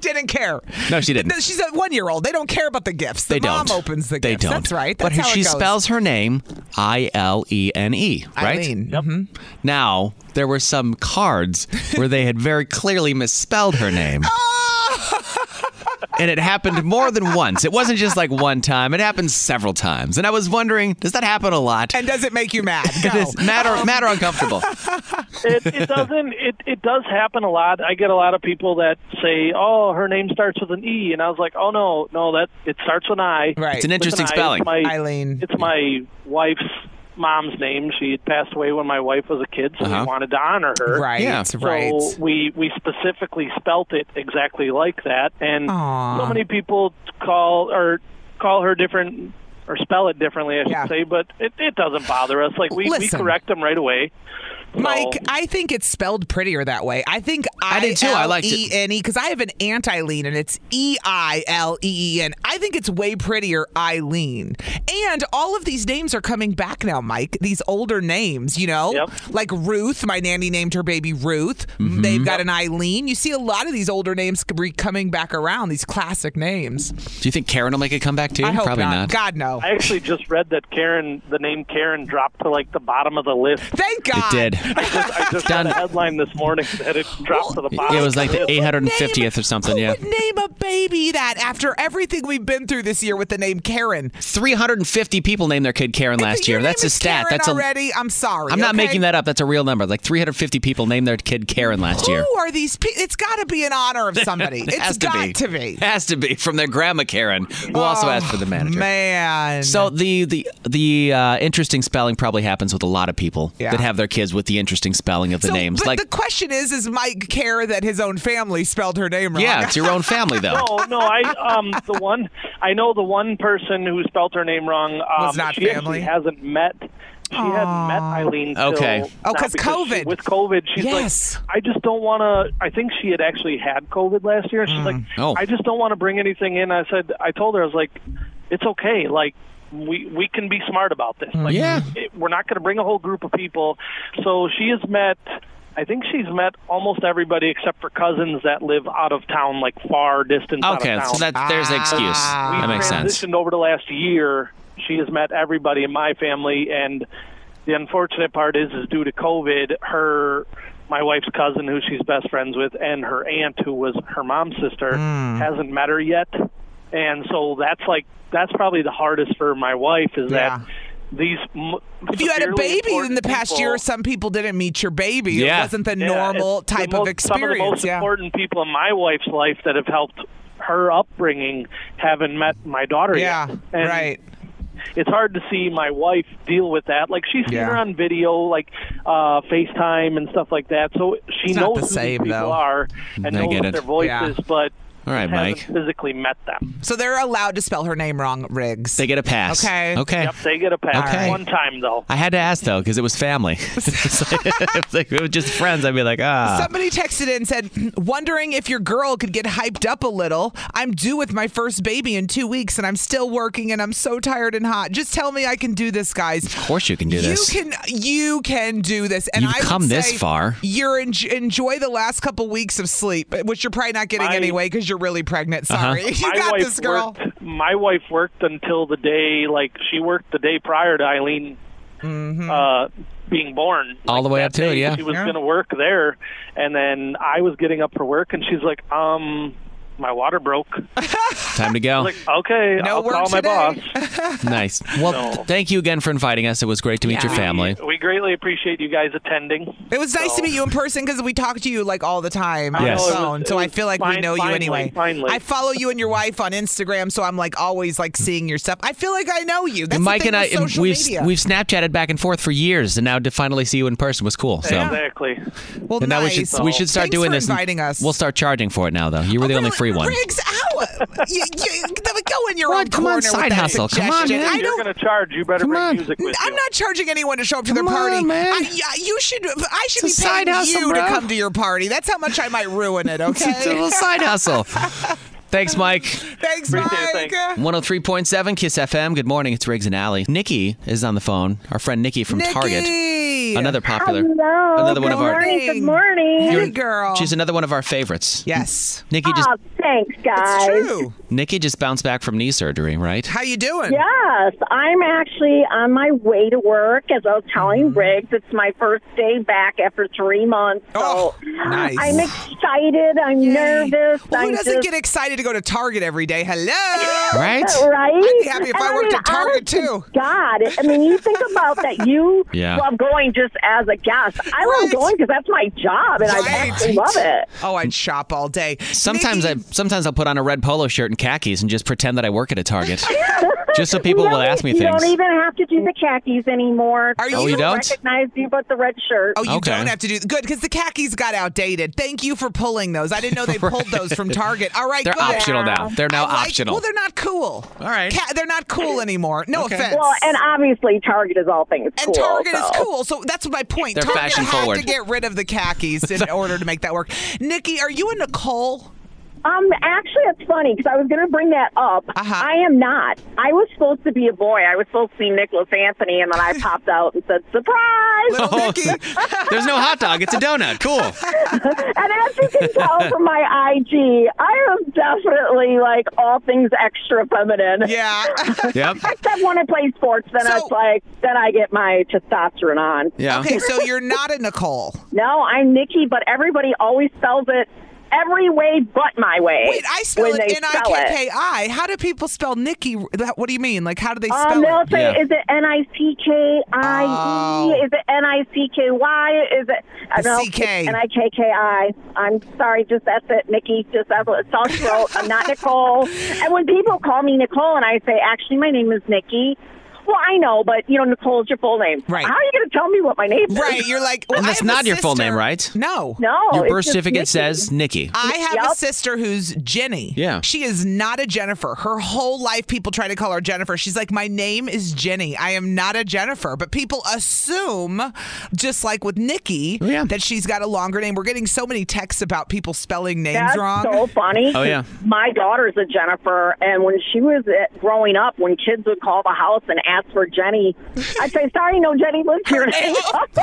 Speaker 2: didn't care.
Speaker 3: No, she didn't.
Speaker 2: No, She's a one-year-old. They don't care about the gifts. The
Speaker 3: they
Speaker 2: mom
Speaker 3: don't.
Speaker 2: opens the
Speaker 3: they
Speaker 2: gifts.
Speaker 3: don't.
Speaker 2: That's right.
Speaker 3: but
Speaker 2: That's how
Speaker 3: she
Speaker 2: it goes.
Speaker 3: spells her name I L E N E. Right.
Speaker 2: Eileen. Mm-hmm.
Speaker 3: Now there were some cards where they had very clearly misspelled her name. and it happened more than once. It wasn't just like one time. It happened several times. And I was wondering, does that happen a lot?
Speaker 2: And does it make you mad? No.
Speaker 3: It's matter matter uncomfortable.
Speaker 5: it, it doesn't. It, it does happen a lot. I get a lot of people that say, "Oh, her name starts with an E," and I was like, "Oh no, no, that it starts with an I."
Speaker 2: Right.
Speaker 3: It's an
Speaker 5: With
Speaker 3: interesting
Speaker 5: an I.
Speaker 3: spelling.
Speaker 5: It's my,
Speaker 2: Eileen.
Speaker 5: It's my wife's mom's name. She had passed away when my wife was a kid, so
Speaker 3: Uh-huh.
Speaker 5: we wanted to honor her.
Speaker 2: Right.
Speaker 3: Yeah.
Speaker 5: So
Speaker 2: Right.
Speaker 5: we we specifically spelt it exactly like that, and
Speaker 2: Aw.
Speaker 5: so many people call or call her different or spell it differently, I should
Speaker 2: Yeah.
Speaker 5: say. But it, it doesn't bother us. Like we, we
Speaker 2: Listen.
Speaker 5: correct them right away. So-
Speaker 2: Mike, I think it's spelled prettier that way. I think I E
Speaker 3: did too. I liked it.
Speaker 2: because I have an Aunt Eileen and it's E I L E E N. I think it's way prettier, Eileen. And all of these names are coming back now, Mike. These older names, you know,
Speaker 5: Yep.
Speaker 2: like Ruth. My nanny named her baby Ruth.
Speaker 3: Mm-hmm.
Speaker 2: They've got an Eileen. You see a lot of these older names re- coming back around. These classic names.
Speaker 3: Do you think Karen will make a comeback too?
Speaker 2: I hope
Speaker 3: Mm, Probably not.
Speaker 2: God no.
Speaker 5: I actually just read that Karen, the name Karen, dropped to like the bottom of the list.
Speaker 2: Thank God.
Speaker 3: It did.
Speaker 5: I just, I just read
Speaker 3: Done.
Speaker 5: a headline this morning that it dropped to the bottom.
Speaker 3: It was like the
Speaker 5: of list.
Speaker 3: 850th or something.
Speaker 2: Who
Speaker 3: Yeah.
Speaker 2: would name a baby that after everything we've been through this year with the name Karen?
Speaker 3: 350 people named their kid Karen
Speaker 2: If
Speaker 3: last
Speaker 2: your
Speaker 3: year. That's
Speaker 2: name
Speaker 3: a
Speaker 2: is
Speaker 3: stat.
Speaker 2: Karen
Speaker 3: That's a.
Speaker 2: already. I'm sorry.
Speaker 3: I'm not
Speaker 2: okay?
Speaker 3: making that up. That's a real number. Like 350 people named their kid Karen last year.
Speaker 2: Who are these people? It's got to be in honor of somebody.
Speaker 3: It
Speaker 2: it's
Speaker 3: has to
Speaker 2: got
Speaker 3: be.
Speaker 2: to be. Oh,
Speaker 3: Has to be from their grandma Karen, who also asked for the manager.
Speaker 2: Man.
Speaker 3: So the the the uh, interesting spelling probably happens with a lot of people
Speaker 2: Yeah.
Speaker 3: that have their kids with the interesting spelling of the
Speaker 2: So-
Speaker 3: names.
Speaker 2: But
Speaker 3: Like,
Speaker 2: the question is, is Mike care that his own family spelled her name wrong?
Speaker 3: yeah, it's your own family though.
Speaker 5: No, no. I um the one I know the one person who spelled her name wrong um,
Speaker 2: Was not
Speaker 5: she actually
Speaker 2: family?
Speaker 5: hasn't met. She hasn't met Eileen. till
Speaker 3: Okay.
Speaker 2: Oh,
Speaker 5: now because
Speaker 2: 'cause
Speaker 5: she-
Speaker 2: COVID.
Speaker 5: with COVID, she's
Speaker 2: Yes.
Speaker 5: like, I just don't want to. I think she had actually had COVID last year. She's like,
Speaker 3: Oh.
Speaker 5: I just don't want to bring anything in. I said, I told her, I was like, it's okay. Like, we we can be smart about this. Like,
Speaker 3: Mm. Yeah.
Speaker 5: it, we're not going to bring a whole group of people. So she has met. I think she's met almost everybody except for cousins that live out of town, like far distance.
Speaker 3: Okay,
Speaker 5: out of town.
Speaker 3: so that there's an excuse.
Speaker 2: Oh, Ah.
Speaker 5: we
Speaker 3: that makes sense.
Speaker 5: transitioned over the last year. She has met everybody in my family, and the unfortunate part is, is due to COVID, her my wife's cousin, who she's best friends with, and her aunt, who was her mom's sister,
Speaker 3: Hmm.
Speaker 5: hasn't met her yet. And so that's like that's probably the hardest for my wife is
Speaker 2: Yeah.
Speaker 5: that these. m-
Speaker 2: If you had a
Speaker 5: severely
Speaker 2: baby in
Speaker 5: important
Speaker 2: the past
Speaker 5: people-
Speaker 2: year, some people didn't meet your baby.
Speaker 6: Yeah.
Speaker 2: It wasn't the
Speaker 5: Yeah,
Speaker 2: normal
Speaker 5: it's the most-
Speaker 2: type of
Speaker 5: Some of the
Speaker 2: experience.
Speaker 5: most
Speaker 2: Yeah.
Speaker 5: important people in my wife's life that have helped her upbringing haven't met my daughter
Speaker 2: Yeah.
Speaker 5: yet. And
Speaker 2: Right.
Speaker 5: it's hard to see my wife deal with that. Like she's seen
Speaker 2: Yeah.
Speaker 5: her on video, like uh, FaceTime and stuff like that. So she
Speaker 2: It's not
Speaker 5: knows
Speaker 2: the
Speaker 5: who
Speaker 2: same,
Speaker 5: these people
Speaker 2: though.
Speaker 5: are and
Speaker 3: I
Speaker 5: knows
Speaker 3: get it.
Speaker 5: their voices,
Speaker 2: Yeah.
Speaker 5: but
Speaker 3: All right,
Speaker 5: hasn't
Speaker 3: Mike.
Speaker 5: physically met them.
Speaker 2: So they're allowed to spell her name wrong, Riggs.
Speaker 3: They get a pass.
Speaker 2: Okay.
Speaker 3: Okay.
Speaker 5: Yep, they get a pass
Speaker 3: Okay.
Speaker 5: one time though.
Speaker 3: I had to ask though because it was family. It's like, if it was just friends, I'd be like, ah.
Speaker 2: Somebody texted in and said, wondering if your girl could get hyped up a little. I'm due with my first baby in two weeks and I'm still working and I'm so tired and hot. Just tell me I can do this, guys.
Speaker 3: of course you can do this.
Speaker 2: You can you can do this, and
Speaker 3: You've
Speaker 2: I would
Speaker 3: come this
Speaker 2: say
Speaker 3: far.
Speaker 2: You're en- enjoy the last couple weeks of sleep, which you're probably not getting
Speaker 5: My-
Speaker 2: anyway because you're really pregnant.
Speaker 3: Uh-huh.
Speaker 2: Sorry, you
Speaker 5: my
Speaker 2: got
Speaker 5: wife
Speaker 2: this, girl.
Speaker 5: Worked, my wife worked until the day, like she worked the day prior to Eileen uh, being born.
Speaker 3: Mm-hmm. All
Speaker 5: Like,
Speaker 3: the way
Speaker 5: that
Speaker 3: up to it,
Speaker 5: day
Speaker 3: yeah.
Speaker 5: She was
Speaker 2: Yeah.
Speaker 5: going to work there, and then I was getting up for work, and she's like, "Um, my water broke." I
Speaker 3: Time to go.
Speaker 5: was like, "Okay,
Speaker 2: No
Speaker 5: I'll
Speaker 2: work
Speaker 5: call my boss."
Speaker 2: today.
Speaker 3: nice. Well, th- thank you again for inviting us. It was great to meet your
Speaker 2: Yeah.
Speaker 3: family.
Speaker 5: We greatly appreciate you guys attending.
Speaker 2: It was nice to
Speaker 5: So-
Speaker 2: meet you in person because we talk to you like all the time
Speaker 5: I know,
Speaker 2: on
Speaker 3: Yes.
Speaker 2: the
Speaker 5: it
Speaker 2: phone,
Speaker 5: was-
Speaker 2: so
Speaker 5: it
Speaker 2: I
Speaker 5: was
Speaker 2: feel like we
Speaker 5: fine-
Speaker 2: know you
Speaker 5: finally,
Speaker 2: anyway.
Speaker 5: finally.
Speaker 2: I follow you and your wife on Instagram, so I'm like always like seeing your stuff. I feel like I know you. That's
Speaker 3: Mike
Speaker 2: the thing
Speaker 3: and I,
Speaker 2: with social
Speaker 3: we've
Speaker 2: media.
Speaker 3: we've Snapchatted back and forth for years, and now to finally see you in person was cool. So.
Speaker 5: Exactly.
Speaker 2: well,
Speaker 3: And now we should
Speaker 2: nice.
Speaker 3: we should start
Speaker 2: Thanks
Speaker 3: doing
Speaker 2: for
Speaker 3: this. and
Speaker 2: Inviting us. Oh,
Speaker 3: We'll start charging for it now, though. You were the only
Speaker 2: Really?
Speaker 3: free one.
Speaker 2: Riggs, ow! you, you, go in your
Speaker 3: Come on,
Speaker 2: own
Speaker 3: come on,
Speaker 2: corner with
Speaker 3: side
Speaker 2: that
Speaker 3: hustle. Come on,
Speaker 2: suggestion.
Speaker 3: man.
Speaker 2: I
Speaker 5: You're
Speaker 2: don't
Speaker 5: going to charge. You better
Speaker 3: Come
Speaker 5: bring
Speaker 3: on.
Speaker 5: music with
Speaker 2: I'm
Speaker 5: you.
Speaker 2: not charging anyone to show up to their
Speaker 3: Come on,
Speaker 2: party.
Speaker 3: man.
Speaker 2: I, yeah, you should. I should
Speaker 3: It's a
Speaker 2: be paying
Speaker 3: side hustle,
Speaker 2: you
Speaker 3: bro.
Speaker 2: to come to your party. That's how much I might ruin it.
Speaker 3: It's a little
Speaker 2: Okay.
Speaker 3: side hustle. Thanks, Mike.
Speaker 2: thanks, Mike.
Speaker 5: Appreciate it, thanks.
Speaker 3: 103.7 Kiss FM. Good morning. It's Riggs and Alley. Nikki is on the phone. Our friend Nikki from Target.
Speaker 2: Nikki.
Speaker 3: Another popular.
Speaker 7: Hello.
Speaker 3: Another one of our-
Speaker 7: Morning. Good morning.
Speaker 2: Hey, girl.
Speaker 3: She's another one of our favorites.
Speaker 2: yes. Ah.
Speaker 3: Nikki just
Speaker 7: Oh, thanks, guys.
Speaker 2: It's true.
Speaker 3: Nikki just bounced back from knee surgery, right?
Speaker 2: How you doing?
Speaker 7: Yes, I'm actually on my way to work. As I was
Speaker 3: Mm-hmm.
Speaker 7: telling Riggs, it's my first day back after three months.
Speaker 2: Oh,
Speaker 7: So
Speaker 2: nice.
Speaker 7: I'm excited. I'm
Speaker 2: Yay.
Speaker 7: nervous.
Speaker 2: Well, who
Speaker 7: I'm
Speaker 2: doesn't
Speaker 7: just-
Speaker 2: get excited to go to Target every day? Hello.
Speaker 3: Right?
Speaker 7: Right?
Speaker 2: I'd be happy if I
Speaker 7: And
Speaker 2: worked
Speaker 7: mean,
Speaker 2: at Target,
Speaker 7: honest to
Speaker 2: too.
Speaker 7: God, I mean, you think about that. You
Speaker 3: Yeah.
Speaker 7: love going just as a guest. I
Speaker 2: Right.
Speaker 7: love going because that's my job, and I
Speaker 2: Right.
Speaker 7: actually love it.
Speaker 2: Oh, I'd shop all day.
Speaker 3: Sometimes I sometimes I'll put on a red polo shirt and khakis and just pretend that I work at a Target. just so people
Speaker 7: You
Speaker 3: will
Speaker 7: don't-
Speaker 3: ask me
Speaker 7: You
Speaker 3: things.
Speaker 7: don't even have to do the khakis anymore.
Speaker 2: Are
Speaker 7: People
Speaker 2: you-
Speaker 3: don't?
Speaker 7: recognize you, but the red shirt.
Speaker 2: Oh, you
Speaker 3: Okay.
Speaker 2: don't have to do good because the khakis got outdated. Thank you for pulling those. I didn't know they pulled those from Target. All right,
Speaker 3: They're
Speaker 2: good.
Speaker 3: optional now. They're now
Speaker 2: I like-
Speaker 3: optional.
Speaker 2: Well, they're not cool. All
Speaker 3: right.
Speaker 2: they're not cool anymore. No offense.
Speaker 7: Well, and obviously Target is all things
Speaker 2: And
Speaker 7: cool.
Speaker 2: Target
Speaker 7: so.
Speaker 2: is cool, so that's my point.
Speaker 3: They're
Speaker 2: Target
Speaker 3: fashion
Speaker 2: had to
Speaker 3: forward.
Speaker 2: get rid of the khakis in order to make that work. Nikki, are you a Nicole?
Speaker 7: Um, actually, it's funny because I was going to bring that up.
Speaker 2: Uh-huh.
Speaker 7: I am not. I was supposed to be a boy. I was supposed to be Nicholas Anthony, and then I popped out and said surprise.
Speaker 2: Little Nikki.
Speaker 3: There's no hot dog, it's a donut. Cool.
Speaker 7: and as you can tell from my IG, I am definitely like all things extra feminine.
Speaker 2: Yeah.
Speaker 3: Yep.
Speaker 7: Except when I play sports, then
Speaker 2: So-
Speaker 7: it's like then I get my testosterone on.
Speaker 3: Yeah.
Speaker 2: okay, so you're not a Nicole.
Speaker 7: No, I'm Nikki, but everybody always spells it every way but my way.
Speaker 2: Wait, I spell
Speaker 7: when
Speaker 2: it
Speaker 7: they
Speaker 2: N I
Speaker 7: spell
Speaker 2: K
Speaker 7: it.
Speaker 2: K I. How do people spell Nikki? What do you mean? Like, how do they spell
Speaker 7: Um, they'll
Speaker 2: it?
Speaker 7: say,
Speaker 3: Yeah.
Speaker 7: is it N I C K I
Speaker 2: Oh.
Speaker 7: E? Is it N I C K Y? Is it I
Speaker 2: The
Speaker 7: don't know,
Speaker 2: CK.
Speaker 7: N I K K I? I'm sorry, just that's it, Nikki. Just that's what it's all she wrote. I'm not Nicole. And when people call me Nicole, and I say, actually, my name is Nikki. Well, I know, but you know, Nicole's your full name.
Speaker 2: Right.
Speaker 7: How are you going to tell me what my name is?
Speaker 2: Right, you're like, well,
Speaker 3: And
Speaker 2: I
Speaker 3: that's
Speaker 2: have a
Speaker 3: not your full
Speaker 2: sister.
Speaker 3: name, right?
Speaker 2: No.
Speaker 7: No.
Speaker 3: Your
Speaker 7: it's
Speaker 3: birth
Speaker 7: just
Speaker 3: certificate
Speaker 7: Nikki.
Speaker 3: says Nikki.
Speaker 2: I have a
Speaker 7: Yep.
Speaker 2: sister who's Jenny.
Speaker 3: Yeah.
Speaker 2: She is not a Jennifer. Her whole life, people try to call her Jennifer. She's like, my name is Jenny. I am not a Jennifer. But people assume, just like with Nikki,
Speaker 3: Oh, yeah.
Speaker 2: that she's got a longer name. We're getting so many texts about people spelling names
Speaker 7: That's
Speaker 2: wrong.
Speaker 7: so funny.
Speaker 3: Oh, yeah.
Speaker 7: My daughter's a Jennifer, and when she was uh, growing up, when kids would call the house and ask for Jenny, I'd say, "Sorry, no Jenny lives here."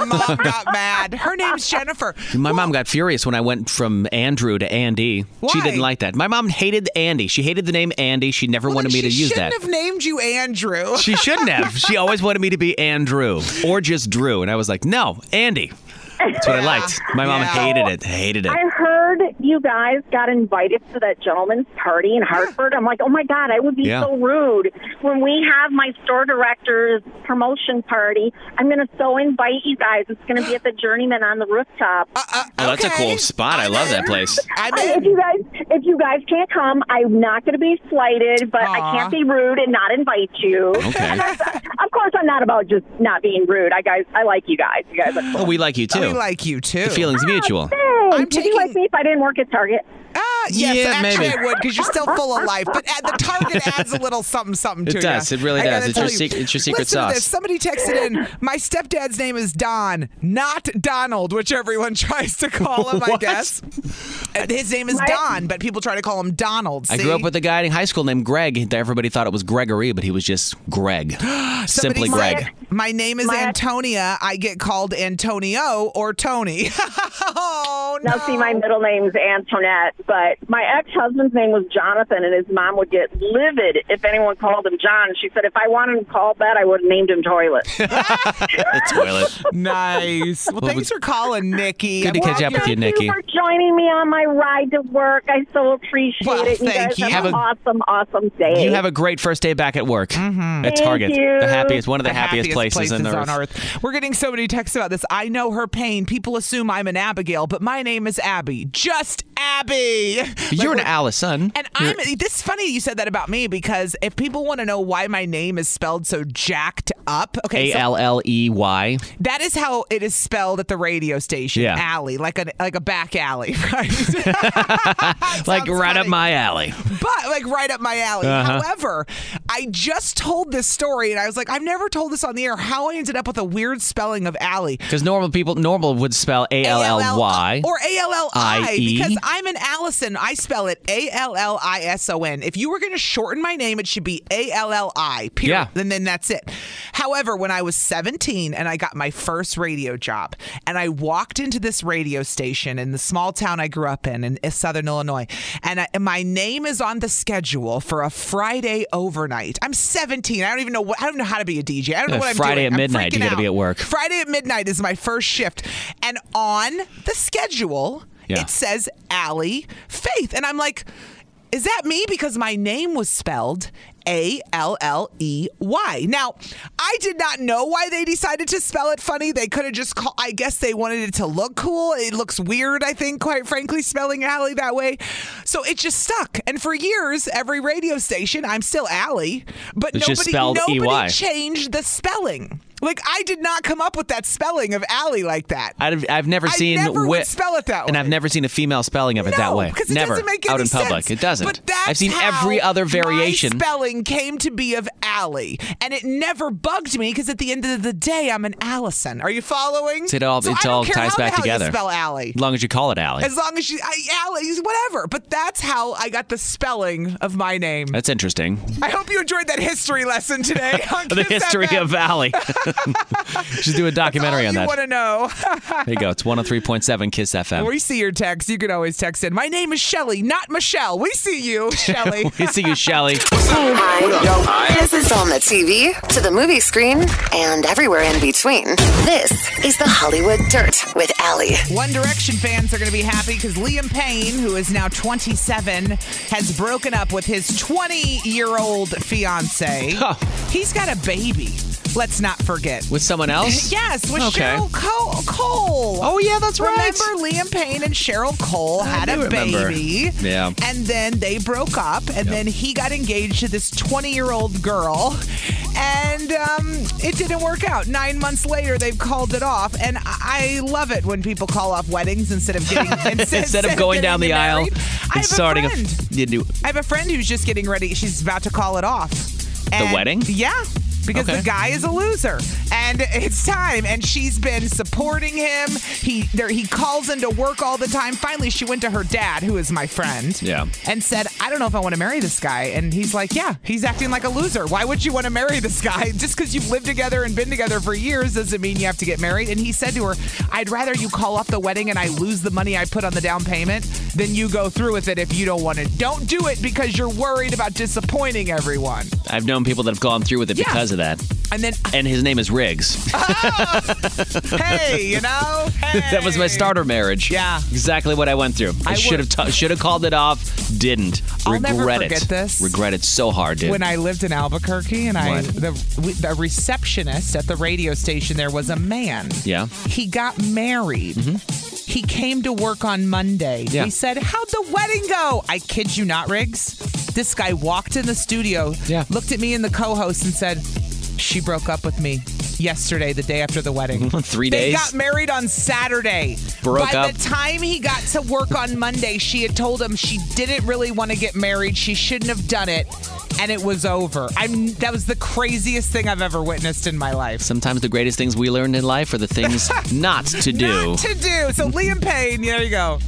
Speaker 2: Mom got mad. Her name's Jennifer.
Speaker 3: My mom got furious when I went from Andrew to Andy. She
Speaker 2: Why?
Speaker 3: didn't like that. My mom hated Andy. She hated the name Andy. She never
Speaker 2: Well,
Speaker 3: wanted
Speaker 2: then
Speaker 3: me to
Speaker 2: she
Speaker 3: use that.
Speaker 2: shouldn't have named you Andrew.
Speaker 3: She shouldn't have. She always wanted me to be Andrew or just Drew. And I was like, no, Andy. That's what I liked. My mom hated it. Hated it.
Speaker 7: I heard you guys got invited to that gentleman's party in Hartford. I'm like, oh my God, I would be
Speaker 3: Yeah.
Speaker 7: so rude. When we have my store director's promotion party, I'm going to so invite you guys. It's going to be at the Journeyman on the rooftop.
Speaker 3: Oh, that's a
Speaker 2: Uh, Okay.
Speaker 3: cool spot. I love that place.
Speaker 2: I
Speaker 7: I-
Speaker 2: mean,
Speaker 7: if you guys, if you guys can't come, I'm not going to be slighted, but
Speaker 2: Aw.
Speaker 7: I can't be rude and not invite you.
Speaker 3: Okay.
Speaker 7: of course, I'm not about just not being rude. I guys, I like you guys. You guys are cool.
Speaker 3: Oh, we like you too.
Speaker 2: we like you Ah, too.
Speaker 3: the feeling's mutual.
Speaker 7: Hey,
Speaker 2: I'm
Speaker 7: would you like
Speaker 2: taking-
Speaker 7: me if I didn't work at Target?
Speaker 2: Ah, yes,
Speaker 3: Yeah,
Speaker 2: actually
Speaker 3: maybe.
Speaker 2: I would because you're still full of life. But at the target adds a little something, something
Speaker 3: It
Speaker 2: to
Speaker 3: does.
Speaker 2: ya.
Speaker 3: It really
Speaker 2: I
Speaker 3: does.
Speaker 2: gotta
Speaker 3: It's your
Speaker 2: tell you.
Speaker 3: sec- it's your secret
Speaker 2: Listen to this.
Speaker 3: sauce.
Speaker 2: Somebody texted in. My stepdad's name is Don, not Donald, which everyone tries to call him. I
Speaker 3: What?
Speaker 2: guess Uh, his name is Don, but people try to call him Donald.
Speaker 3: I
Speaker 2: see?
Speaker 3: grew up with a guy in high school named Greg. that Everybody thought it was Gregory, but he was just Greg. Simply
Speaker 2: Somebody-
Speaker 3: Greg.
Speaker 2: My name is
Speaker 7: My-
Speaker 2: Antonia. I get called Antonio or Tony. oh no!
Speaker 7: Now, see, my middle name's Antoinette, but my ex husband's name was Jonathan, and his mom would get livid if anyone called him John. She said, if I wanted him called that, I would have named him Toilet.
Speaker 3: The toilet.
Speaker 2: nice. Well, thanks for calling, Nikki.
Speaker 3: Good to
Speaker 2: Well,
Speaker 3: catch up with you,
Speaker 7: Thank
Speaker 3: Nikki.
Speaker 7: you for joining me on my ride to work. I so appreciate
Speaker 2: Well,
Speaker 7: it. You
Speaker 2: thank
Speaker 7: guys
Speaker 2: you.
Speaker 7: have,
Speaker 3: Have
Speaker 7: an
Speaker 3: a-
Speaker 7: awesome, awesome day.
Speaker 3: You have a great first day back at work at
Speaker 2: Mm-hmm.
Speaker 7: Thank
Speaker 3: Target.
Speaker 7: you.
Speaker 3: The happiest, one of the, happiest, places, in the
Speaker 2: on earth. We're getting so many texts about this. I know her pain. People assume I'm an Abigail, but my name is Abby. Just Abby.
Speaker 3: You're
Speaker 2: Like,
Speaker 3: an Allison.
Speaker 2: And I'm this is funny you said that about me because if people want to know why my name is spelled so jacked up, okay,
Speaker 3: A
Speaker 2: so
Speaker 3: L L E Y.
Speaker 2: that is how it is spelled at the radio station.
Speaker 3: Yeah.
Speaker 2: Alley, like a like a back alley, right?
Speaker 3: Like
Speaker 2: Sounds
Speaker 3: right up
Speaker 2: funny.
Speaker 3: my Uh-huh. alley.
Speaker 2: but like right up my alley. However, I just told this story and I was like, I've never told this on the air how I ended up with a weird spelling of alley.
Speaker 3: Because normal people, normal would spell A L L Y. E.
Speaker 2: or A L L I
Speaker 3: I-E.
Speaker 2: because I'm an Allison. I spell it A L L I S O N. If you were going to shorten my name, it should be A L L I. Period.
Speaker 3: Yeah.
Speaker 2: And then that's it. However, when I was 17 and I got my first radio job, and I walked into this radio station in the small town I grew up in in Southern Illinois, and, I, and my name is on the schedule for a Friday overnight. I'm 17. I don't even know what. I don't know how to be a DJ. I don't know
Speaker 3: Yeah,
Speaker 2: what I'm
Speaker 3: Uh, Friday
Speaker 2: doing.
Speaker 3: at
Speaker 2: I'm
Speaker 3: midnight, you
Speaker 2: freaking
Speaker 3: gotta be
Speaker 2: out.
Speaker 3: at work.
Speaker 2: Friday at midnight is my first shift. And on the schedule,
Speaker 3: Yeah.
Speaker 2: it says Allie Faith. And I'm like, is that me? Because my name was spelled A L L E Y. Now, I did not know why they decided to spell it funny. They could have just called, I guess they wanted it to look cool. It looks weird, I think, quite frankly, spelling Allie that way. So it just stuck. And for years, every radio station, I'm still Allie, but
Speaker 3: It's
Speaker 2: nobody,
Speaker 3: just spelled E
Speaker 2: nobody
Speaker 3: EY.
Speaker 2: changed the spelling. Like I did not come up with that spelling of alley like that.
Speaker 3: I've, I've never
Speaker 2: I
Speaker 3: seen
Speaker 2: never would
Speaker 3: wi-
Speaker 2: spell it that
Speaker 3: and
Speaker 2: way.
Speaker 3: I've never seen a female spelling of it that
Speaker 2: No,
Speaker 3: way.
Speaker 2: 'cause it
Speaker 3: Never
Speaker 2: doesn't make
Speaker 3: out
Speaker 2: any
Speaker 3: in public.
Speaker 2: sense.
Speaker 3: It doesn't.
Speaker 2: But that's
Speaker 3: I've seen
Speaker 2: how
Speaker 3: every other
Speaker 2: my
Speaker 3: variation.
Speaker 2: spelling came to be of alley, and it never bugged me because at the end of the day, I'm an Allison. Are you following?
Speaker 3: It all-
Speaker 2: so
Speaker 3: it
Speaker 2: I don't
Speaker 3: all
Speaker 2: care
Speaker 3: ties
Speaker 2: how
Speaker 3: back
Speaker 2: the hell you
Speaker 3: together.
Speaker 2: spell alley.
Speaker 3: as long as you call it Allie.
Speaker 2: As long as she, I, Allie, whatever. But that's how I got the spelling of my name.
Speaker 3: That's interesting.
Speaker 2: I hope you enjoyed that history lesson today. on
Speaker 3: the
Speaker 2: Kiss
Speaker 3: history
Speaker 2: FM.
Speaker 3: of Allie. Should do a documentary
Speaker 2: All
Speaker 3: on
Speaker 2: you
Speaker 3: that.
Speaker 2: want to know.
Speaker 3: There you go. It's 103.7 Kiss FM.
Speaker 2: We see your text. You can always text in. My name is Shelly, not Michelle. We see you, Shelly.
Speaker 3: We see you, Shelly.
Speaker 1: Hi. This is on the TV, to the movie screen, and everywhere in between. This is the Hollywood Dirt with Allie.
Speaker 2: One Direction fans are going to be happy because Liam Payne, who is now 27, has broken up with his 20 year old fiance.
Speaker 3: Huh.
Speaker 2: He's got a baby. Let's not forget.
Speaker 3: With someone else?
Speaker 2: Yes, with
Speaker 3: Okay.
Speaker 2: Cheryl Co- Cole.
Speaker 3: Oh, yeah, that's right.
Speaker 2: Remember, Liam Payne and Cheryl Cole had
Speaker 3: do
Speaker 2: a
Speaker 3: remember.
Speaker 2: baby.
Speaker 3: Yeah.
Speaker 2: And then they broke up, and then he got engaged to this 20 year old girl. And um, it didn't work out. Nine months later, they've called it off. And I I love it when people call off weddings instead of getting instead,
Speaker 3: Instead of going down
Speaker 2: getting
Speaker 3: the aisle
Speaker 2: married. I
Speaker 3: and
Speaker 2: have
Speaker 3: starting
Speaker 2: a friend.
Speaker 3: you do
Speaker 2: I have a friend who's just getting ready. She's about to call it off. And-
Speaker 3: wedding?
Speaker 2: Yeah. Because
Speaker 3: Okay.
Speaker 2: the guy is a loser, and it's time. And she's been supporting him. He there, he calls into work all the time. Finally, she went to her dad, who is my friend,
Speaker 3: Yeah.
Speaker 2: and said, "I don't know if I want to marry this guy." And he's like, "Yeah, he's acting like a loser. Why would you want to marry this guy? Just because you've lived together and been together for years doesn't mean you have to get married." And he said to her, "I'd rather you call off the wedding and I lose the money I put on the down payment than you go through with it if you don't want it. Don't do it because you're worried about disappointing everyone."
Speaker 3: I've known people that have gone through with it
Speaker 2: Yeah.
Speaker 3: because of that.
Speaker 2: And then,
Speaker 3: and his name is Riggs.
Speaker 2: hey, you know,
Speaker 3: that was my starter marriage.
Speaker 2: Yeah.
Speaker 3: exactly what I went through. I,
Speaker 2: I
Speaker 3: should have t- should have called it off. Didn't.
Speaker 2: I'll
Speaker 3: Regret
Speaker 2: never
Speaker 3: it.
Speaker 2: forget this.
Speaker 3: Regret it so hard, dude.
Speaker 2: when I lived in Albuquerque, and I
Speaker 3: What?
Speaker 2: the we- the receptionist at the radio station there was a man.
Speaker 3: Yeah. Mm-hmm.
Speaker 2: He got married. He came to work on Monday.
Speaker 3: Yeah.
Speaker 2: We said, "How'd the wedding go?" I kid you not, Riggs. This guy walked in the studio,
Speaker 3: Yeah.
Speaker 2: looked at me and the co-host, and said, "She broke up with me." Yesterday, the day after the wedding.
Speaker 3: Three
Speaker 2: They
Speaker 3: days.
Speaker 2: got married on Saturday.
Speaker 3: Broke
Speaker 2: By
Speaker 3: up.
Speaker 2: the time he got to work on Monday, she had told him she didn't really want to get married. She shouldn't have done it, and it was over. I'm that was the craziest thing I've ever witnessed in my life.
Speaker 3: Sometimes the greatest things we learn in life are the things not to do.
Speaker 2: Not to do. So Liam Payne, there you go.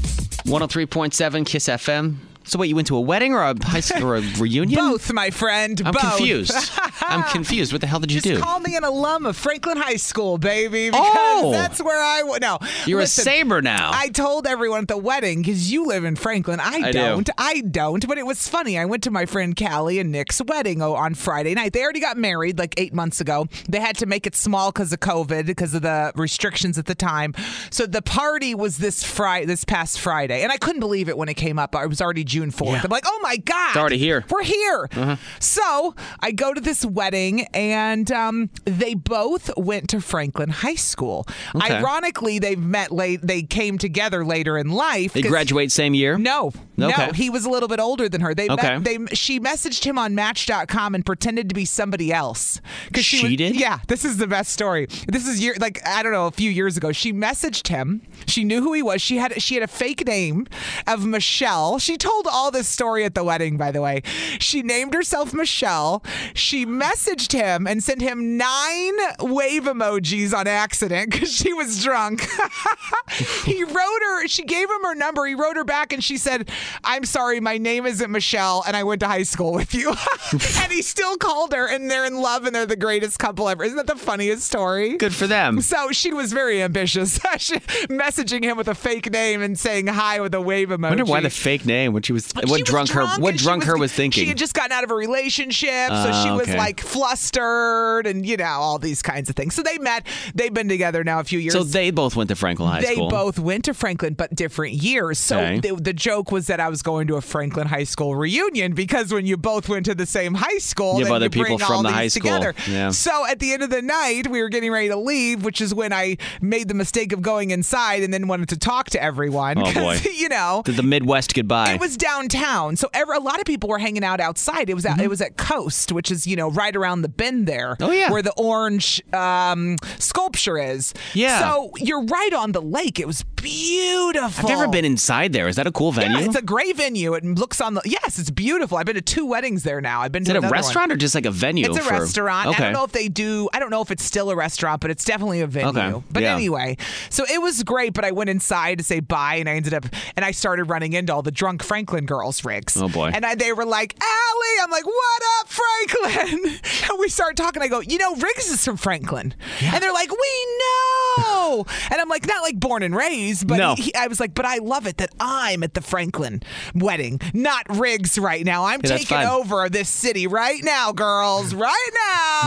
Speaker 3: 103.7 Kiss FM. So wait, you went to a wedding or a high school or a reunion?
Speaker 2: Both, my friend.
Speaker 3: I'm
Speaker 2: both.
Speaker 3: confused. I'm confused. What the hell did you
Speaker 2: Just
Speaker 3: do?
Speaker 2: call me an alum of Franklin High School, baby. Because
Speaker 3: Oh.
Speaker 2: that's where I wa- no.
Speaker 3: You're
Speaker 2: Listen,
Speaker 3: a saber now.
Speaker 2: I told everyone at the wedding because you live in Franklin. I,
Speaker 3: I do.
Speaker 2: don't. I don't. But it was funny. I went to my friend Callie and Nick's wedding oh, on Friday night. They already got married like eight months ago. They had to make it small because of COVID, because of the restrictions at the time. So the party was this Friday, this past Friday, and I couldn't believe it when it came up. It was already June fourth. I'm like, oh my god, it's
Speaker 3: already here.
Speaker 2: We're here. So I go to this wedding, and um, they both went to Franklin High School.
Speaker 3: Okay.
Speaker 2: Ironically, they met late. They came together later in life.
Speaker 3: they
Speaker 2: 'cause-
Speaker 3: graduate same year?
Speaker 2: No, no,
Speaker 3: Okay.
Speaker 2: he was a little bit older than her. They
Speaker 3: Okay.
Speaker 2: met, they she messaged him on Match.com and pretended to be somebody else 'Cause
Speaker 3: She
Speaker 2: was-
Speaker 3: did?
Speaker 2: Yeah, this is the best story. This is year like I don't know a few years ago. She messaged him. She knew who he was. She had she had a fake name of Michelle. She told all this story at the wedding, by the way. She named herself Michelle. She messaged him and sent him nine wave emojis on accident because she was drunk. he wrote her. She gave him her number. He wrote her back and she said, "I'm sorry, my name isn't Michelle, and I went to high school with you." and he still called her, and they're in love, and they're the greatest couple ever. Isn't that the funniest story?
Speaker 3: Good for them.
Speaker 2: So she was very ambitious, She- messaging him with a fake name and saying hi with a wave emoji.
Speaker 3: I wonder why the fake name. What she was.
Speaker 2: She
Speaker 3: What
Speaker 2: was
Speaker 3: drunk, her? What
Speaker 2: and she
Speaker 3: drunk her was thinking?
Speaker 2: She had just gotten out of a relationship, so
Speaker 3: Ah,
Speaker 2: she was
Speaker 3: okay.
Speaker 2: like flustered, and you know all these kinds of things. So they met. They've been together now a few years.
Speaker 3: so they both went to Franklin High
Speaker 2: They
Speaker 3: School.
Speaker 2: both went to Franklin, but different years. So
Speaker 3: Okay.
Speaker 2: the, the joke was that I was going to a Franklin High School reunion because when you both went to the same high school,
Speaker 3: You have
Speaker 2: then
Speaker 3: other
Speaker 2: you bring
Speaker 3: people
Speaker 2: all
Speaker 3: from the
Speaker 2: these
Speaker 3: high school.
Speaker 2: together.
Speaker 3: Yeah.
Speaker 2: So at the end of the night, we were getting ready to leave, which is when I made the mistake of going inside and then wanted to talk to everyone.
Speaker 3: Oh,
Speaker 2: 'cause,
Speaker 3: boy.
Speaker 2: you know,
Speaker 3: Did the Midwest goodbye?
Speaker 2: it was downtown, so ever, a lot of people were hanging out outside. It was at, it was at Coast, which is you know right around the bend there.
Speaker 3: Mm-hmm. Oh, yeah.
Speaker 2: where the orange um, sculpture is.
Speaker 3: Yeah.
Speaker 2: So you're right on the lake. It was beautiful.
Speaker 3: I've never been inside there. Is that a cool venue?
Speaker 2: Yeah, it's a great venue. It looks on the yes, it's beautiful. I've been to two weddings there now. I've been
Speaker 3: Is
Speaker 2: to
Speaker 3: it a
Speaker 2: another one.
Speaker 3: restaurant or just like a venue?
Speaker 2: It's a
Speaker 3: for-
Speaker 2: restaurant.
Speaker 3: Okay.
Speaker 2: I don't know if they do. I don't know if it's still a restaurant, but it's definitely a venue.
Speaker 3: Okay.
Speaker 2: But
Speaker 3: Yeah.
Speaker 2: anyway, so it was great. But I went inside to say bye, and I ended up and I started running into all the drunk Franklin girls, Riggs.
Speaker 3: Oh, boy.
Speaker 2: And I, they were like, "Allie," I'm like, "What up, Franklin?" And we start talking. I go, "You know, Riggs is from Franklin," and they're like, "We know." and I'm like, "Not like born and raised, but
Speaker 3: No.
Speaker 2: he, he- I was like, but I love it that I'm at the Franklin wedding, not Riggs right now. I'm
Speaker 3: Yeah, that's
Speaker 2: taking
Speaker 3: fine.
Speaker 2: over this city right now, girls, right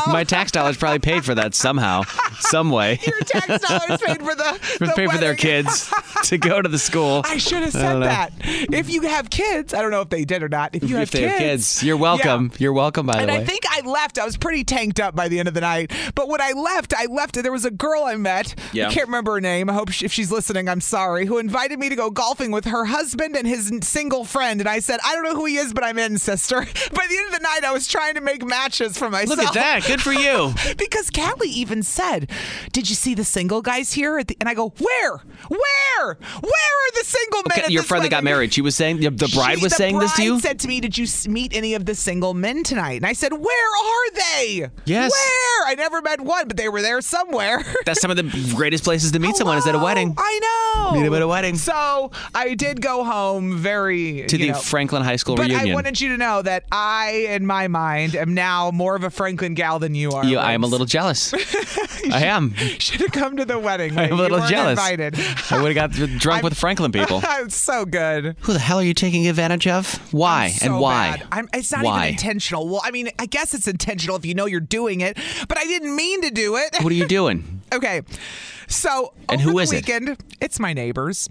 Speaker 2: now.
Speaker 3: My tax dollars probably paid for that somehow, some way.
Speaker 2: Your tax dollars paid for the, the
Speaker 3: Pay for their
Speaker 2: wedding.
Speaker 3: kids to go to the school.
Speaker 2: I should have
Speaker 3: I
Speaker 2: said
Speaker 3: don't know.
Speaker 2: that. If you have kids, I don't know if they did or not. If you have
Speaker 3: if they
Speaker 2: kids,
Speaker 3: have kids, you're
Speaker 2: Yeah.
Speaker 3: welcome. You're welcome. By
Speaker 2: And
Speaker 3: the way,
Speaker 2: I think I left. I was pretty tanked up by the end of the night. But when I left, I left. There was a girl I met.
Speaker 3: Yeah.
Speaker 2: I can't remember her name. I hope she, if she's listening, I'm sorry. Who invited me to go golfing with her husband and his n- single friend. And I said, I don't know who he is, but I'm in, sister. By the end of the night, I was trying to make matches for myself.
Speaker 3: look at that. Good for you.
Speaker 2: Because Callie even said, "Did you see the single guys here?" At the, and I go, "Where? Where? Where are the single men?"
Speaker 3: Okay,
Speaker 2: at
Speaker 3: your
Speaker 2: this
Speaker 3: friend that got
Speaker 2: wedding?"
Speaker 3: married, she was saying the, the bride
Speaker 2: She-
Speaker 3: was
Speaker 2: the
Speaker 3: saying this to
Speaker 2: bride
Speaker 3: you.
Speaker 2: Said to me, "Did you s- meet any of the single men tonight?" And I said, "Where are they?
Speaker 3: Yes.
Speaker 2: where? I never met one, but they were there somewhere."
Speaker 3: That's some of the greatest places to meet someone is at a
Speaker 2: Hello,
Speaker 3: wedding.
Speaker 2: I know.
Speaker 3: Meet them at a wedding.
Speaker 2: So I did go home very
Speaker 3: To
Speaker 2: you
Speaker 3: the
Speaker 2: know,
Speaker 3: Franklin High School
Speaker 2: But I
Speaker 3: reunion.
Speaker 2: wanted you to know that I, in my mind, am now more of a Franklin gal than you are.
Speaker 3: You- I am a
Speaker 2: Riggs.
Speaker 3: little jealous. I am.
Speaker 2: Should have come to the wedding.
Speaker 3: I'm
Speaker 2: mate.
Speaker 3: a little
Speaker 2: you weren't
Speaker 3: jealous.
Speaker 2: Invited.
Speaker 3: I would have got drunk with Franklin people.
Speaker 2: it's so good.
Speaker 3: Who the hell are you taking advantage of? Why
Speaker 2: So
Speaker 3: and why?
Speaker 2: bad. I'm, it's not
Speaker 3: why?
Speaker 2: even intentional. Well, I mean, I guess it's it's intentional if you know you're doing it, but I didn't mean to do it.
Speaker 3: What are you doing?
Speaker 2: Okay. So
Speaker 3: And
Speaker 2: over
Speaker 3: who
Speaker 2: the
Speaker 3: is it?
Speaker 2: weekend, it's my neighbors.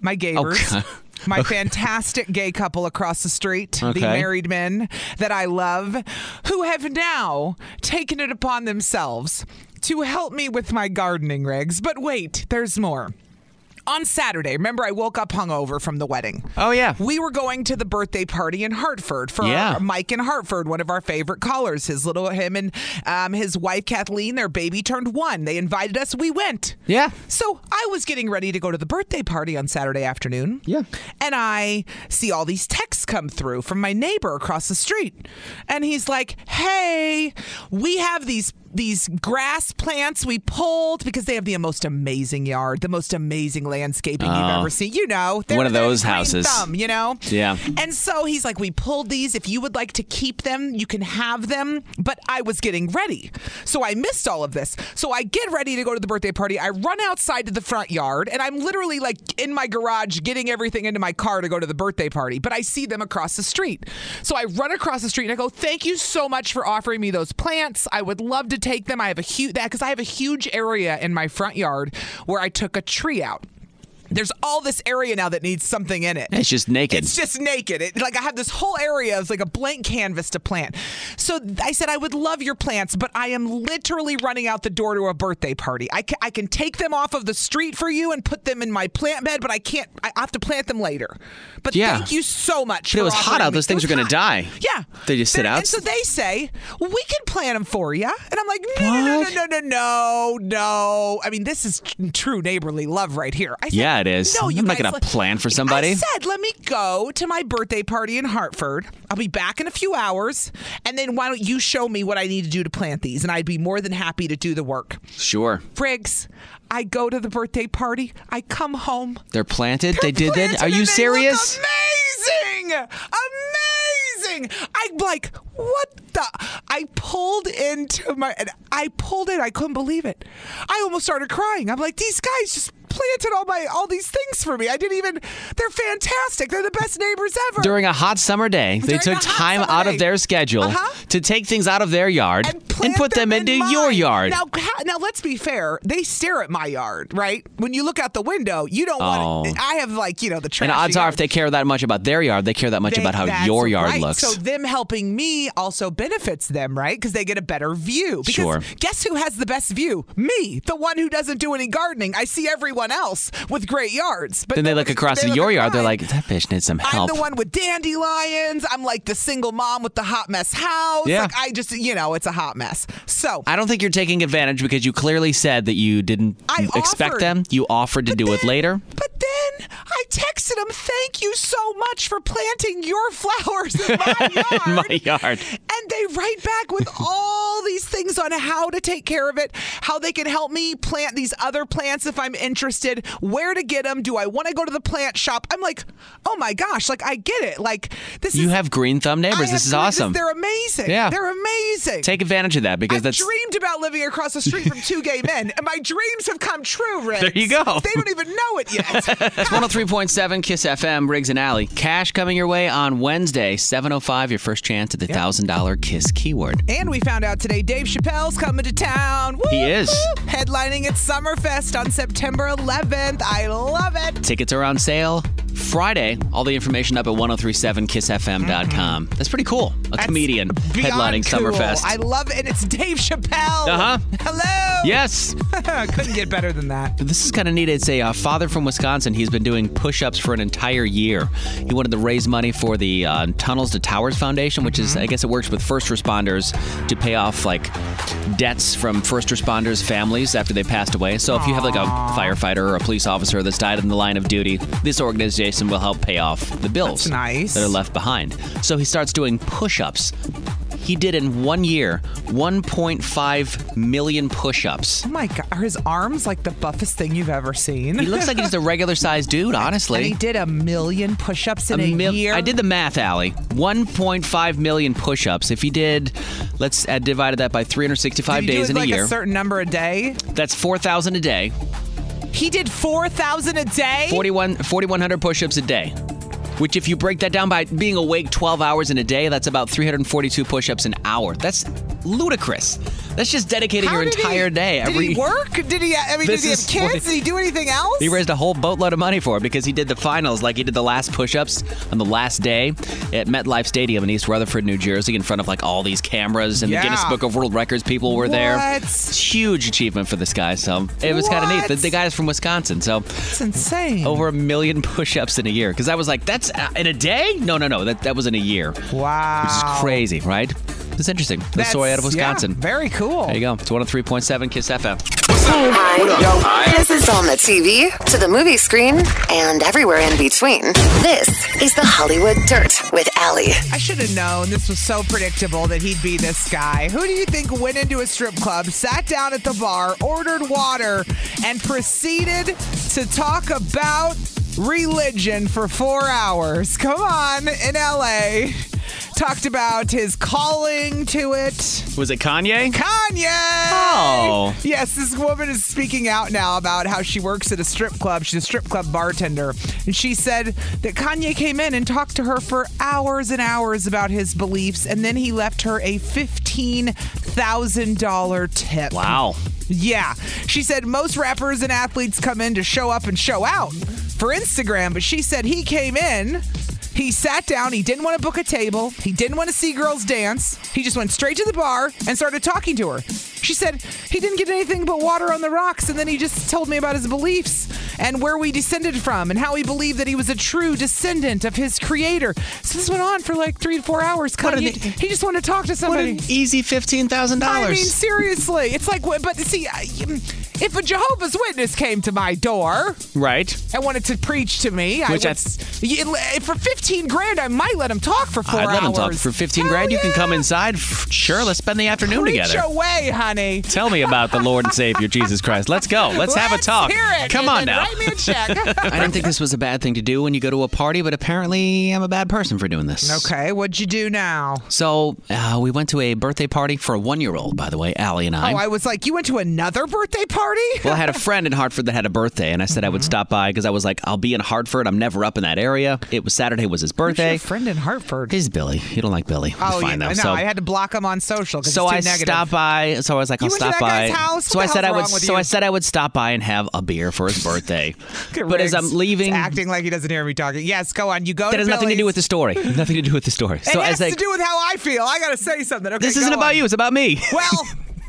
Speaker 2: My neighbors.
Speaker 3: God.
Speaker 2: My fantastic gay couple across the street,
Speaker 3: Okay.
Speaker 2: the married men that I love, who have now taken it upon themselves to help me with my gardening rigs. But wait, there's more. On Saturday, remember I woke up hungover from the wedding.
Speaker 3: Oh yeah.
Speaker 2: We were going to the birthday party in Hartford for
Speaker 3: Yeah.
Speaker 2: our- Mike in Hartford, one of our favorite callers. His little him and um, his wife Kathleen, their baby turned one. They invited us. We went.
Speaker 3: Yeah.
Speaker 2: So I was getting ready to go to the birthday party on Saturday afternoon.
Speaker 3: Yeah.
Speaker 2: And I see all these texts come through from my neighbor across the street. And he's like, "Hey, we have these these grass plants we pulled because they have the most amazing yard, the most amazing landscaping you've ever seen. You know, they're
Speaker 3: Oh. One of
Speaker 2: the
Speaker 3: those
Speaker 2: green
Speaker 3: houses.
Speaker 2: thumb, you know?
Speaker 3: Yeah.
Speaker 2: And so he's like, We pulled these. If you would like to keep them, you can have them. But I was getting ready. So I missed all of this. So I get ready to go to the birthday party. I run outside to the front yard and I'm literally like in my garage getting everything into my car to go to the birthday party. But I see them across the street. So I run across the street and I go, Thank you so much for offering me those plants. I would love to take them. I have a huge, that because I have a huge area in my front yard where I took a tree out. There's all this area now that needs something in it.
Speaker 3: It's just naked.
Speaker 2: It's just naked. It, like I have this whole area of like a blank canvas to plant. So th- I said I would love your plants, but I am literally running out the door to a birthday party. I, ca- I can take them off of the street for you and put them in my plant bed, but I can't. I have to plant them later. But
Speaker 3: Yeah.
Speaker 2: thank you so much.
Speaker 3: But it
Speaker 2: for
Speaker 3: was hot
Speaker 2: offering
Speaker 3: out.
Speaker 2: me-
Speaker 3: Those
Speaker 2: it
Speaker 3: things
Speaker 2: was
Speaker 3: are gonna
Speaker 2: hot.
Speaker 3: die.
Speaker 2: Yeah.
Speaker 3: They just sit
Speaker 2: They're-
Speaker 3: out?
Speaker 2: And so they say well, we can plant them for you, and I'm like, no, no,
Speaker 3: What?
Speaker 2: no, no, no, no, no. I mean, this is tr- true neighborly love right here. I said,
Speaker 3: Yeah, it is.
Speaker 2: No, you
Speaker 3: I'm not
Speaker 2: guys
Speaker 3: gonna
Speaker 2: let-
Speaker 3: plan for somebody.
Speaker 2: I said, let me go to my birthday party in Hartford. I'll be back in a few hours, and then why don't you show me what I need to do to plant these? And I'd be more than happy to do the work.
Speaker 3: Sure.
Speaker 2: Briggs, I go to the birthday party. I come home.
Speaker 3: They're planted.
Speaker 2: They're
Speaker 3: they did
Speaker 2: planted
Speaker 3: that. Are you
Speaker 2: and they look
Speaker 3: serious?
Speaker 2: amazing! Amazing! I'm like, what the? I pulled into my, and I pulled in. I couldn't believe it. I almost started crying. I'm like, these guys just planted all my all these things for me. I didn't even. They're fantastic. They're the best neighbors ever.
Speaker 3: During a hot summer day,
Speaker 2: During
Speaker 3: they
Speaker 2: a
Speaker 3: took
Speaker 2: hot
Speaker 3: time
Speaker 2: summer
Speaker 3: out
Speaker 2: day.
Speaker 3: of their schedule
Speaker 2: Uh-huh.
Speaker 3: to take things out of their yard
Speaker 2: and, plant
Speaker 3: put them,
Speaker 2: in
Speaker 3: into your
Speaker 2: mine.
Speaker 3: yard.
Speaker 2: Now, ha- now let's be fair. They stare at my yard, right? When you look out the window, you don't want.
Speaker 3: Oh.
Speaker 2: to I have like you know the trash.
Speaker 3: and odds are, if they care that much about their yard, they care that much
Speaker 2: They-
Speaker 3: about how
Speaker 2: that's
Speaker 3: your yard
Speaker 2: right.
Speaker 3: looks.
Speaker 2: So them helping me also benefits them, right? Because they get a better view. Because
Speaker 3: Sure.
Speaker 2: guess who has the best view? Me, the one who doesn't do any gardening. I see everyone else with great yards. But
Speaker 3: then they look
Speaker 2: nobody-
Speaker 3: across
Speaker 2: they
Speaker 3: at
Speaker 2: look
Speaker 3: your
Speaker 2: at
Speaker 3: yard. They're
Speaker 2: mine.
Speaker 3: like, that bitch needs some
Speaker 2: I'm
Speaker 3: help.
Speaker 2: the one with dandelions. I'm like the single mom with the hot mess house.
Speaker 3: Yeah.
Speaker 2: Like I just, you know, it's a hot mess. So
Speaker 3: I don't think you're taking advantage because you clearly said that you didn't
Speaker 2: I
Speaker 3: expect
Speaker 2: offered.
Speaker 3: them. You offered to
Speaker 2: But
Speaker 3: do it
Speaker 2: then-
Speaker 3: later.
Speaker 2: But then I texted him, "Thank you so much for planting your flowers in my yard."
Speaker 3: In my yard.
Speaker 2: And they write back with all these things on how to take care of it, how they can help me plant these other plants if I'm interested, where to get them, do I want to go to the plant shop? I'm like, "Oh my gosh, like I get it. Like this
Speaker 3: You
Speaker 2: is
Speaker 3: have green thumb
Speaker 2: I
Speaker 3: neighbors.
Speaker 2: have
Speaker 3: This is
Speaker 2: great-
Speaker 3: awesome.
Speaker 2: They're amazing.
Speaker 3: Yeah.
Speaker 2: They're amazing.
Speaker 3: Take advantage of that because
Speaker 2: I've
Speaker 3: that's
Speaker 2: dreamed about living across the street from two gay men, and my dreams have come true, Rick.
Speaker 3: There you go.
Speaker 2: They don't even know it yet.
Speaker 3: It's 103.7 Kiss FM, Riggs and Alley. Cash coming your way on Wednesday, 7.05, your first chance at the $1,000 Kiss keyword.
Speaker 2: and we found out today Dave Chappelle's coming to town. Woo,
Speaker 3: He is.
Speaker 2: woo. Headlining at Summerfest on September 11th. I love it.
Speaker 3: Tickets are on sale Friday. All the information up at 1037kissfm.com. That's pretty cool. A comedian
Speaker 2: Mm-hmm. Beyond
Speaker 3: headlining
Speaker 2: cool.
Speaker 3: Summerfest.
Speaker 2: I love it. And it's Dave Chappelle.
Speaker 3: Uh-huh.
Speaker 2: Hello.
Speaker 3: yes.
Speaker 2: Couldn't get better than that.
Speaker 3: This is kind of neat. It's a uh, father from Wisconsin. He's been doing push ups for an entire year. He wanted to raise money for the uh, Tunnels to Towers Foundation, which
Speaker 2: Mm-hmm.
Speaker 3: is, I guess, it works with first responders to pay off like debts from first responders' families after they passed away. So if you have like a firefighter or a police officer that's died in the line of duty, this organization will help pay off the bills
Speaker 2: That's nice.
Speaker 3: that are left behind. So he starts doing push ups. He did in one year 1.5 million push ups.
Speaker 2: Oh my God. Are his arms like the buffest thing you've ever seen?
Speaker 3: He looks like he's a regular sized dude, honestly.
Speaker 2: and he did a million push ups in a,
Speaker 3: mil-
Speaker 2: year.
Speaker 3: I did the math, Allie. 1.5 million push ups. If you did, let's add divided that by
Speaker 2: Did
Speaker 3: 365
Speaker 2: he do it
Speaker 3: days in
Speaker 2: like
Speaker 3: a year.
Speaker 2: certain number a day.
Speaker 3: That's 4,000 a day.
Speaker 2: He did four thousand a day.
Speaker 3: 41 4,100 push ups a day. Which, if you break that down by being awake 12 hours in a day, that's about 342 push-ups an hour. That's ludicrous. That's just dedicating your
Speaker 2: How did he-
Speaker 3: entire day.
Speaker 2: Did
Speaker 3: every
Speaker 2: he work? Did he? I mean,
Speaker 3: This
Speaker 2: did he
Speaker 3: is
Speaker 2: have kids?
Speaker 3: what-
Speaker 2: Did he do anything else?
Speaker 3: He raised a whole boatload of money for it because he did the finals, like he did the last push-ups on the last day at MetLife Stadium in East Rutherford, New Jersey, in front of like all these cameras and
Speaker 2: Yeah.
Speaker 3: the Guinness Book of World Records people were there.
Speaker 2: What?
Speaker 3: Huge achievement for this guy. So it was kind of neat.
Speaker 2: What?
Speaker 3: The, the guy is from Wisconsin, so
Speaker 2: That's insane.
Speaker 3: over a million push-ups in a year. Because I was like, that's uh, in a day? No, no, no. That that was in a year, which
Speaker 2: wow.
Speaker 3: is crazy, right? It's interesting. The story out of
Speaker 2: That's- yeah,
Speaker 3: Wisconsin.
Speaker 2: very cool.
Speaker 3: there you go. It's 103.7 Kiss FM.
Speaker 1: Hi. This is on the TV, to the movie screen, and everywhere in between. This is the Hollywood Dirt with Allie.
Speaker 2: I should have known this was so predictable that he'd be this guy. Who do you think went into a strip club, sat down at the bar, ordered water, and proceeded to talk about religion for four hours? Come on, in LA. Talked about his calling to it.
Speaker 3: Was it Kanye?
Speaker 2: Kanye.
Speaker 3: Oh.
Speaker 2: Yes, this woman is speaking out now about how she works at a strip club. She's a strip club bartender. And she said that Kanye came in and talked to her for hours and hours about his beliefs, and then he left her a $15,000 tip.
Speaker 3: Wow.
Speaker 2: Yeah. She said most rappers and athletes come in to show up and show out for Instagram, but she said he came in. He sat down. He didn't want to book a table. He didn't want to see girls dance. He just went straight to the bar and started talking to her. She said he didn't get anything but water on the rocks, and then he just told me about his beliefs and where we descended from and how he believed that he was a true descendant of his creator. So this went on for like three to four hours.
Speaker 3: What an-
Speaker 2: Kanye- he just wanted to talk to somebody.
Speaker 3: Easy fifteen thousand
Speaker 2: I mean, seriously, it's like, wh- but see, I- mm, if a Jehovah's Witness came to my door
Speaker 3: Right.
Speaker 2: and wanted to preach to me,
Speaker 3: Which
Speaker 2: I
Speaker 3: I-
Speaker 2: would, s- y- l- for fifteen grand, I might let him talk for 4
Speaker 3: I'd let
Speaker 2: hours.
Speaker 3: him talk for 15
Speaker 2: Hell
Speaker 3: grand. You can come
Speaker 2: yeah.
Speaker 3: inside. F- Sure, let's spend the afternoon
Speaker 2: Preach
Speaker 3: together.
Speaker 2: away, honey.
Speaker 3: Tell me about the Lord and Savior Jesus Christ. Let's go. Let's, have a talk.
Speaker 2: Hear it,
Speaker 3: Come
Speaker 2: and
Speaker 3: on
Speaker 2: then
Speaker 3: now.
Speaker 2: Write me a check.
Speaker 3: I didn't think this was a bad thing to do when you go to a party, but apparently I'm a bad person for doing this.
Speaker 2: okay, what'd you do now?
Speaker 3: So uh, we went to a birthday party for a one-year-old, by the way, Allie and I.
Speaker 2: Oh, I was like, you went to another birthday party?
Speaker 3: well, I had a friend in Hartford that had a birthday, and I said I
Speaker 2: Mm-hmm.
Speaker 3: would stop by because I was like, I'll be in Hartford. I'm never up in that area. It was Saturday, was his
Speaker 2: Who's your
Speaker 3: birthday.
Speaker 2: friend in Hartford.
Speaker 3: He's Billy. You don't like Billy. It's
Speaker 2: oh,
Speaker 3: fine
Speaker 2: yeah,
Speaker 3: though.
Speaker 2: no,
Speaker 3: so
Speaker 2: I had to block him on social because
Speaker 3: So
Speaker 2: too
Speaker 3: I
Speaker 2: negative.
Speaker 3: stopped by. So I was like,
Speaker 2: You
Speaker 3: I'll
Speaker 2: went to
Speaker 3: stop
Speaker 2: that guy's
Speaker 3: by.
Speaker 2: house? What
Speaker 3: so
Speaker 2: the
Speaker 3: I said
Speaker 2: hell's
Speaker 3: I would.
Speaker 2: wrong with
Speaker 3: so
Speaker 2: you?
Speaker 3: I said I would stop by and have a beer for his birthday.
Speaker 2: Look at
Speaker 3: but as
Speaker 2: Riggs.
Speaker 3: I'm leaving,
Speaker 2: He's
Speaker 3: that
Speaker 2: acting like he doesn't hear me talking. Yes, go on. You go. to
Speaker 3: has nothing to do
Speaker 2: Billy's.
Speaker 3: with the story. nothing to do with the story.
Speaker 2: It
Speaker 3: so
Speaker 2: has
Speaker 3: as I,
Speaker 2: to do with how I feel. I gotta say something. Okay,
Speaker 3: this
Speaker 2: go
Speaker 3: isn't
Speaker 2: on.
Speaker 3: about you. It's about me.
Speaker 2: Well,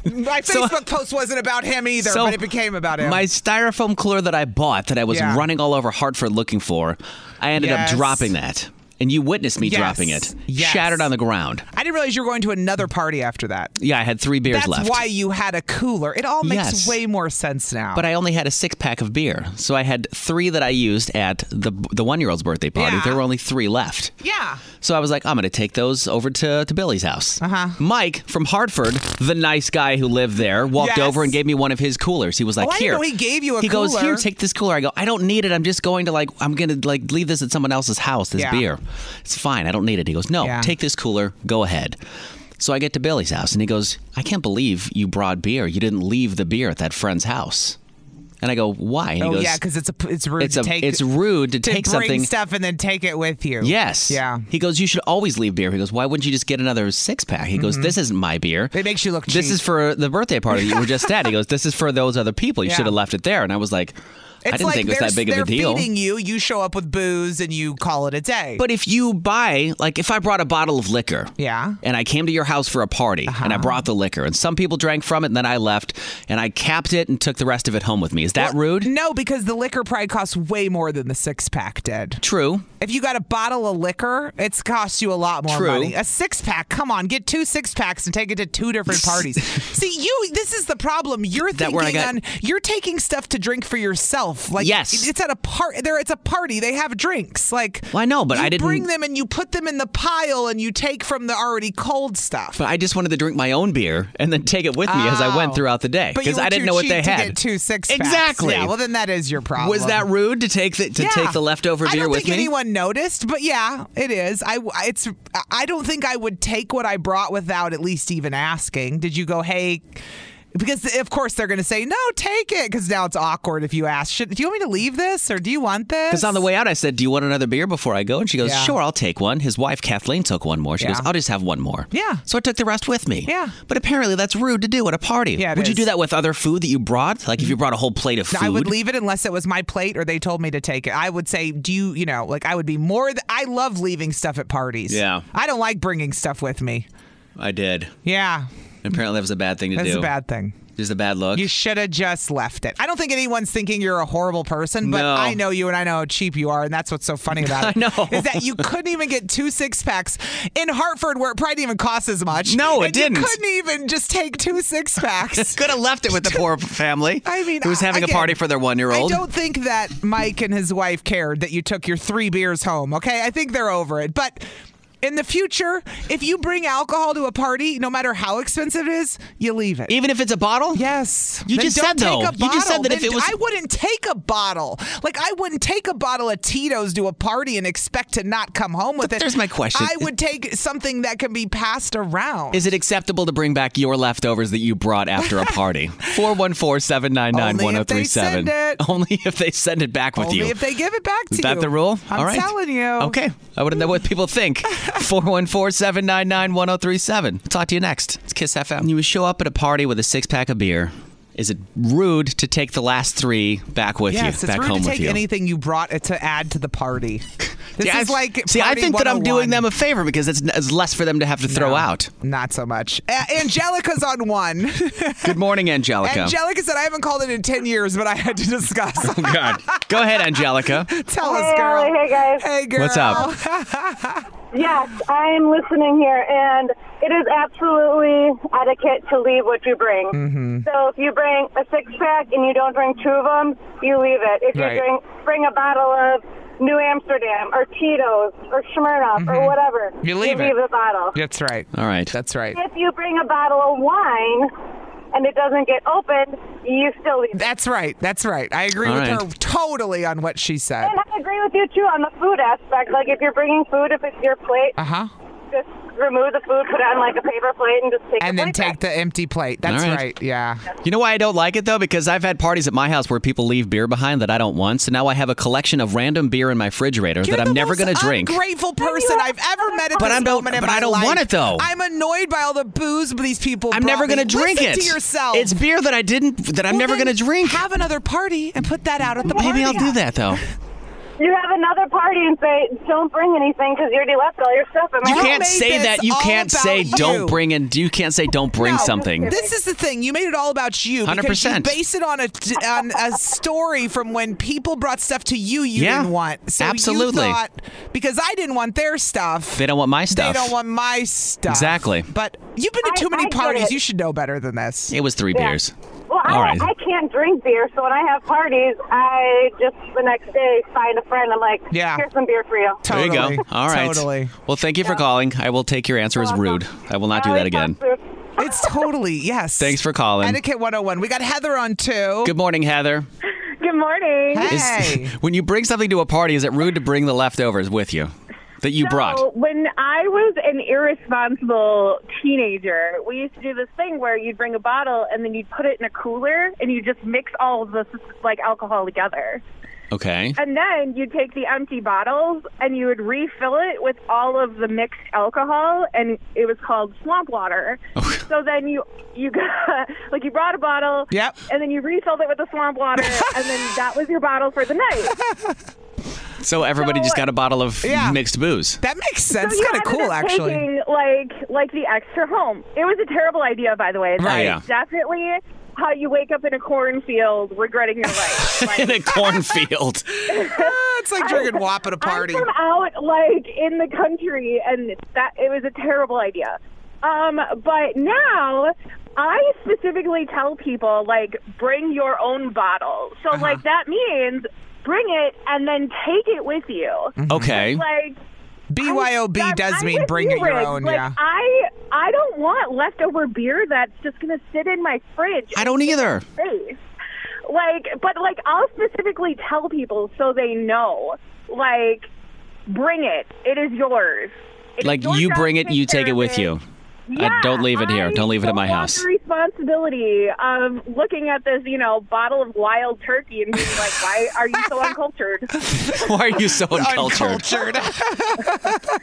Speaker 2: my
Speaker 3: So-
Speaker 2: Facebook post wasn't about him either,
Speaker 3: So
Speaker 2: but it became about him.
Speaker 3: My styrofoam cooler that I bought, that I was
Speaker 2: Yeah.
Speaker 3: running all over Hartford looking for, I ended
Speaker 2: Yes.
Speaker 3: up dropping that, and you witnessed me
Speaker 2: Yes.
Speaker 3: dropping it,
Speaker 2: Yes.
Speaker 3: shattered on the ground.
Speaker 2: I didn't realize you were going to another party after that.
Speaker 3: Yeah, I had three beers
Speaker 2: That's
Speaker 3: left.
Speaker 2: why you had a cooler. It all makes
Speaker 3: Yes.
Speaker 2: way more sense now.
Speaker 3: but I only had a six pack of beer, so I had three that I used at the the one year old's birthday party.
Speaker 2: Yeah.
Speaker 3: There were only three left.
Speaker 2: yeah,
Speaker 3: So I was like, I'm going to take those over to, to Billy's house.
Speaker 2: Uh-huh.
Speaker 3: Mike from Hartford, the nice guy who lived there, walked
Speaker 2: Yes.
Speaker 3: over and gave me one of his coolers. He was like,
Speaker 2: Oh, I didn't
Speaker 3: here.
Speaker 2: know he gave you a
Speaker 3: He goes,
Speaker 2: cooler.
Speaker 3: here, take this cooler. I go, I don't need it. I'm just going to like, I'm going to like leave this at someone else's house, this
Speaker 2: Yeah.
Speaker 3: beer. It's fine. I don't need it. He goes, no,
Speaker 2: Yeah.
Speaker 3: take this cooler. Go ahead. So I get to Billy's house and he goes, I can't believe you brought beer. You didn't leave the beer at that friend's house. And I go, why? And he
Speaker 2: oh
Speaker 3: goes,
Speaker 2: yeah, because it's a it's rude
Speaker 3: it's
Speaker 2: to
Speaker 3: a-
Speaker 2: take.
Speaker 3: it's rude to
Speaker 2: to
Speaker 3: take
Speaker 2: bring
Speaker 3: something-
Speaker 2: stuff and then take it with you.
Speaker 3: Yes.
Speaker 2: Yeah.
Speaker 3: He goes, You should always leave beer. He goes, Why wouldn't you just get another six pack? He goes, This isn't my beer.
Speaker 2: Mm-hmm. It makes you look
Speaker 3: This
Speaker 2: cheap.
Speaker 3: is for the birthday party you were just at. He goes, This is for those other people. You
Speaker 2: Yeah.
Speaker 3: should have left it there. And I was like, I
Speaker 2: It's
Speaker 3: didn't
Speaker 2: like
Speaker 3: think it was
Speaker 2: they're-
Speaker 3: that big of a
Speaker 2: they're
Speaker 3: deal.
Speaker 2: Feeding you, you show up with booze and you call it a day.
Speaker 3: But if you buy, like, if I brought a bottle of liquor,
Speaker 2: Yeah. Uh-huh.
Speaker 3: and I came to your house for a party, and I brought the liquor, and some people drank from it, and then I left, and I capped it and took the rest of it home with me. Is that rude?
Speaker 2: no, because the liquor probably costs way more than the six pack did.
Speaker 3: True.
Speaker 2: If you got a bottle of liquor, it's cost you a lot more
Speaker 3: True.
Speaker 2: money. A six pack, come on, get two six packs and take it to two different parties. See, you, this is the problem. You're
Speaker 3: That
Speaker 2: thinking
Speaker 3: where I got-
Speaker 2: on, you're taking stuff to drink for yourself. Like,
Speaker 3: Yes.
Speaker 2: it's at a part. There, it's a party. They have drinks. Like,
Speaker 3: Well, I know, but
Speaker 2: you
Speaker 3: I didn't-
Speaker 2: bring them and you put them in the pile and you take from the already cold stuff.
Speaker 3: But I just wanted to drink my own beer and then take it with me as I
Speaker 2: Oh.
Speaker 3: went throughout the day
Speaker 2: But you
Speaker 3: because
Speaker 2: were
Speaker 3: I didn't
Speaker 2: too
Speaker 3: know what they
Speaker 2: cheap to
Speaker 3: had.
Speaker 2: get two six packs.
Speaker 3: Exactly.
Speaker 2: Yeah. Well, then that is your problem.
Speaker 3: Was that rude to take the to
Speaker 2: Yeah.
Speaker 3: take the leftover
Speaker 2: I
Speaker 3: beer
Speaker 2: don't
Speaker 3: with
Speaker 2: think
Speaker 3: me?
Speaker 2: anyone noticed, but yeah, it is. I I- it's I don't think I would take what I brought without at least even asking. Did you go, hey? Because of course they're going to say no, take it. Because now it's awkward if you ask. Should, do you want me to leave this or do you want this?
Speaker 3: Because on the way out, I said, "Do you want another beer before I go?" And she goes,
Speaker 2: Yeah.
Speaker 3: "Sure, I'll take one." His wife Kathleen took one more. She goes,
Speaker 2: Yeah.
Speaker 3: "I'll just have one more."
Speaker 2: Yeah.
Speaker 3: So I took the rest with me.
Speaker 2: Yeah.
Speaker 3: But apparently, that's rude to do at a party.
Speaker 2: Yeah, it
Speaker 3: Would you
Speaker 2: is. Mm.
Speaker 3: do that with other food that you brought? Like if you brought a whole plate of food?
Speaker 2: I would leave it unless it was my plate or they told me to take it. I would say, do you, you know, like I would be more. Th- I love leaving stuff at parties.
Speaker 3: Yeah.
Speaker 2: I don't like bringing stuff with me.
Speaker 3: I did.
Speaker 2: Yeah,
Speaker 3: Apparently, that was a bad thing to
Speaker 2: that's
Speaker 3: do.
Speaker 2: a bad thing.
Speaker 3: Just a bad look.
Speaker 2: You should have just left it. I don't think anyone's thinking you're a horrible person, but
Speaker 3: No.
Speaker 2: I know you and I know how cheap you are, and that's what's so funny about it.
Speaker 3: I know.
Speaker 2: Is that you couldn't even get two six packs in Hartford where it probably didn't even cost as much.
Speaker 3: No, it
Speaker 2: and you
Speaker 3: didn't.
Speaker 2: couldn't even just take two six packs.
Speaker 3: Could have left it with the poor family.
Speaker 2: I mean,
Speaker 3: who's
Speaker 2: I-
Speaker 3: having a
Speaker 2: again,
Speaker 3: party for their one-year-old?
Speaker 2: I don't think that Mike and his wife cared that you took your three beers home. Okay, I think they're over it. But in the future, if you bring alcohol to a party, no matter how expensive it is, you leave it.
Speaker 3: Even if it's a bottle.
Speaker 2: Yes.
Speaker 3: You
Speaker 2: Then
Speaker 3: just
Speaker 2: don't
Speaker 3: said,
Speaker 2: take
Speaker 3: though.
Speaker 2: a
Speaker 3: You just said
Speaker 2: bottle.
Speaker 3: that if
Speaker 2: Then
Speaker 3: it was-
Speaker 2: I wouldn't take a bottle. Like I wouldn't take a bottle of Tito's to a party and expect to not come home with
Speaker 3: But
Speaker 2: it.
Speaker 3: there's my question.
Speaker 2: I would take something that can be passed around.
Speaker 3: Is it acceptable to bring back your leftovers that you brought after a party? 414 799 1037.
Speaker 2: Only if they send it.
Speaker 3: Only if they send it back with
Speaker 2: only
Speaker 3: you.
Speaker 2: if they give it back to
Speaker 3: Is
Speaker 2: you.
Speaker 3: that the rule?
Speaker 2: I'm
Speaker 3: All right.
Speaker 2: telling you.
Speaker 3: Okay. I want to know what people think. 414 799 1037. Talk to you next. It's Kiss FM. You show up at a party with a six pack of beer. Is it rude to take the last three back with
Speaker 2: Yes,
Speaker 3: you,
Speaker 2: it's
Speaker 3: back
Speaker 2: rude
Speaker 3: home
Speaker 2: to
Speaker 3: with
Speaker 2: take
Speaker 3: you?
Speaker 2: anything you brought to add to the party. This
Speaker 3: Yeah,
Speaker 2: is
Speaker 3: I-
Speaker 2: like
Speaker 3: see, I
Speaker 2: party
Speaker 3: think that I'm
Speaker 2: 101.
Speaker 3: doing them a favor because it's, it's less for them to have to throw out.
Speaker 2: Not so much. A- Angelica's on one.
Speaker 3: Good morning, Angelica.
Speaker 2: Angelica said I haven't called it in ten years, but I had to discuss.
Speaker 3: Oh, God. Go ahead, Angelica.
Speaker 2: Tell
Speaker 7: Hey,
Speaker 2: us, girl.
Speaker 7: Allie. Hey, guys.
Speaker 2: Hey, girl.
Speaker 3: What's up?
Speaker 7: Yes, I'm listening here, and it is absolutely etiquette to leave what you bring. So if you bring a six pack and you don't bring two of them, you leave it. If
Speaker 2: Right.
Speaker 7: you bring bring a bottle of New Amsterdam or Tito's or Smirnoff or whatever,
Speaker 2: You leave it.
Speaker 7: the bottle.
Speaker 2: That's right.
Speaker 3: All right.
Speaker 2: That's right.
Speaker 7: If you bring a bottle of wine and it doesn't get opened, you still leave. it.
Speaker 2: That's right. That's right. I agree
Speaker 3: All
Speaker 2: with
Speaker 3: right.
Speaker 2: her totally on what she said.
Speaker 7: And I agree with you too on the food aspect. Like if you're bringing food, if it's your plate,
Speaker 2: Uh huh.
Speaker 7: just remove the food, put it on like a paper plate, and just take.
Speaker 2: And
Speaker 7: the
Speaker 2: then
Speaker 7: plate back.
Speaker 2: take the empty plate. That's
Speaker 3: All right.
Speaker 2: right. Yeah.
Speaker 3: You know why I don't like it though? Because I've had parties at my house where people leave beer behind that I don't want. So now I have a collection of random beer in my refrigerator
Speaker 2: You're
Speaker 3: that
Speaker 2: the
Speaker 3: I'm never
Speaker 2: most
Speaker 3: going to drink.
Speaker 2: Ungrateful person I've ever met. At
Speaker 3: But
Speaker 2: this
Speaker 3: I don't-
Speaker 2: moment in
Speaker 3: but I
Speaker 2: my
Speaker 3: don't
Speaker 2: life.
Speaker 3: want it, though.
Speaker 2: I'm annoyed by all the booze these people.
Speaker 3: I'm never
Speaker 2: going to
Speaker 3: drink
Speaker 2: Listen
Speaker 3: it.
Speaker 2: To yourself.
Speaker 3: It's beer that I didn't that I'm
Speaker 2: Well,
Speaker 3: never going
Speaker 2: then
Speaker 3: to drink.
Speaker 2: Have another party and put that out at the party.
Speaker 3: Maybe I'll do that though.
Speaker 7: You have another party and say, "Don't bring anything because you already left all your stuff." "Oh, in my
Speaker 3: You
Speaker 2: Y'all
Speaker 7: house."
Speaker 3: can't
Speaker 2: made
Speaker 3: say
Speaker 2: this
Speaker 3: that. You
Speaker 2: all
Speaker 3: can't
Speaker 2: about
Speaker 3: say
Speaker 2: you.
Speaker 3: don't bring and you can't say don't bring
Speaker 2: No,
Speaker 3: something.
Speaker 2: This is the thing. You made it all about you. because
Speaker 3: 100%.
Speaker 2: You base it on a on a story from when people brought stuff to you you
Speaker 3: Yeah,
Speaker 2: didn't want. So you
Speaker 3: absolutely.
Speaker 2: thought, because I didn't want their stuff.
Speaker 3: They don't want my
Speaker 2: They
Speaker 3: stuff.
Speaker 2: don't want my stuff.
Speaker 3: Exactly.
Speaker 2: But you've been to
Speaker 7: I-
Speaker 2: too many
Speaker 7: I get
Speaker 2: parties.
Speaker 7: it.
Speaker 2: You should know better than this.
Speaker 3: it was three beers.
Speaker 7: Well, I,
Speaker 3: All right.
Speaker 7: I can't drink beer, so when I have parties, I just the next day find a friend. I'm like,
Speaker 2: Yeah.
Speaker 7: here's some beer for you."
Speaker 3: There
Speaker 2: Totally.
Speaker 3: you go. All right.
Speaker 2: Totally.
Speaker 3: Well, thank you for calling. I will take your answer as rude. I will not do that again.
Speaker 2: It's totally yes.
Speaker 3: Thanks for calling.
Speaker 2: Etiquette 101. We got Heather on too.
Speaker 3: Good morning, Heather.
Speaker 7: Good morning.
Speaker 3: Is-
Speaker 2: Hey.
Speaker 3: when you bring something to a party, is it rude to bring the leftovers with you that you
Speaker 6: So
Speaker 3: brought?
Speaker 6: when I was an irresponsible teenager, we used to do this thing where you'd bring a bottle and then you'd put it in a cooler and you just mix all of the like alcohol together.
Speaker 3: Okay.
Speaker 6: And then you'd take the empty bottles and you would refill it with all of the mixed alcohol, and it was called swamp water. so then you you got like you brought a bottle,
Speaker 2: Yep.
Speaker 6: and then you refilled it with the swamp water, and then that was your bottle for the night.
Speaker 3: So everybody just
Speaker 6: so-
Speaker 3: got a bottle of
Speaker 2: Yeah.
Speaker 3: mixed booze.
Speaker 2: That makes sense.
Speaker 6: you
Speaker 2: it's kind of
Speaker 6: ended
Speaker 2: cool,
Speaker 6: up
Speaker 2: actually.
Speaker 6: Taking, like like the extra home. It was a terrible idea, by the way. That
Speaker 3: Right.
Speaker 6: is
Speaker 3: Yeah.
Speaker 6: Definitely how you wake up in a cornfield regretting your life. Like,
Speaker 3: In a cornfield.
Speaker 2: Ah, it's like drinking WAP at a party.
Speaker 6: I'm from out like in the country, and that it was a terrible idea. Um, but now I specifically tell people like bring your own bottle. So like that means bring it and then take it with you.
Speaker 3: Okay.
Speaker 6: Like
Speaker 2: BYOB
Speaker 6: I'm-
Speaker 2: does
Speaker 6: I'm
Speaker 2: mean
Speaker 6: with
Speaker 2: bring
Speaker 6: you,
Speaker 2: it your
Speaker 6: Riggs.
Speaker 2: own.
Speaker 6: Like,
Speaker 2: yeah.
Speaker 6: I I don't want leftover beer that's just gonna sit in my fridge.
Speaker 3: I don't either.
Speaker 6: Face. Like, but like I'll specifically tell people so they know. Like, bring it. It is yours. It is
Speaker 3: Like
Speaker 6: your
Speaker 3: you
Speaker 6: job
Speaker 3: bring
Speaker 6: to
Speaker 3: it, you
Speaker 6: care
Speaker 3: take it
Speaker 6: of
Speaker 3: with you. Uh,
Speaker 6: Yeah,
Speaker 3: don't leave it here.
Speaker 6: I
Speaker 3: Don't leave it at my
Speaker 6: don't
Speaker 3: house.
Speaker 6: want the responsibility of looking at this, you know, bottle of wild turkey and being like, why are you so uncultured?
Speaker 3: Why are you so
Speaker 2: Uncultured.
Speaker 3: uncultured?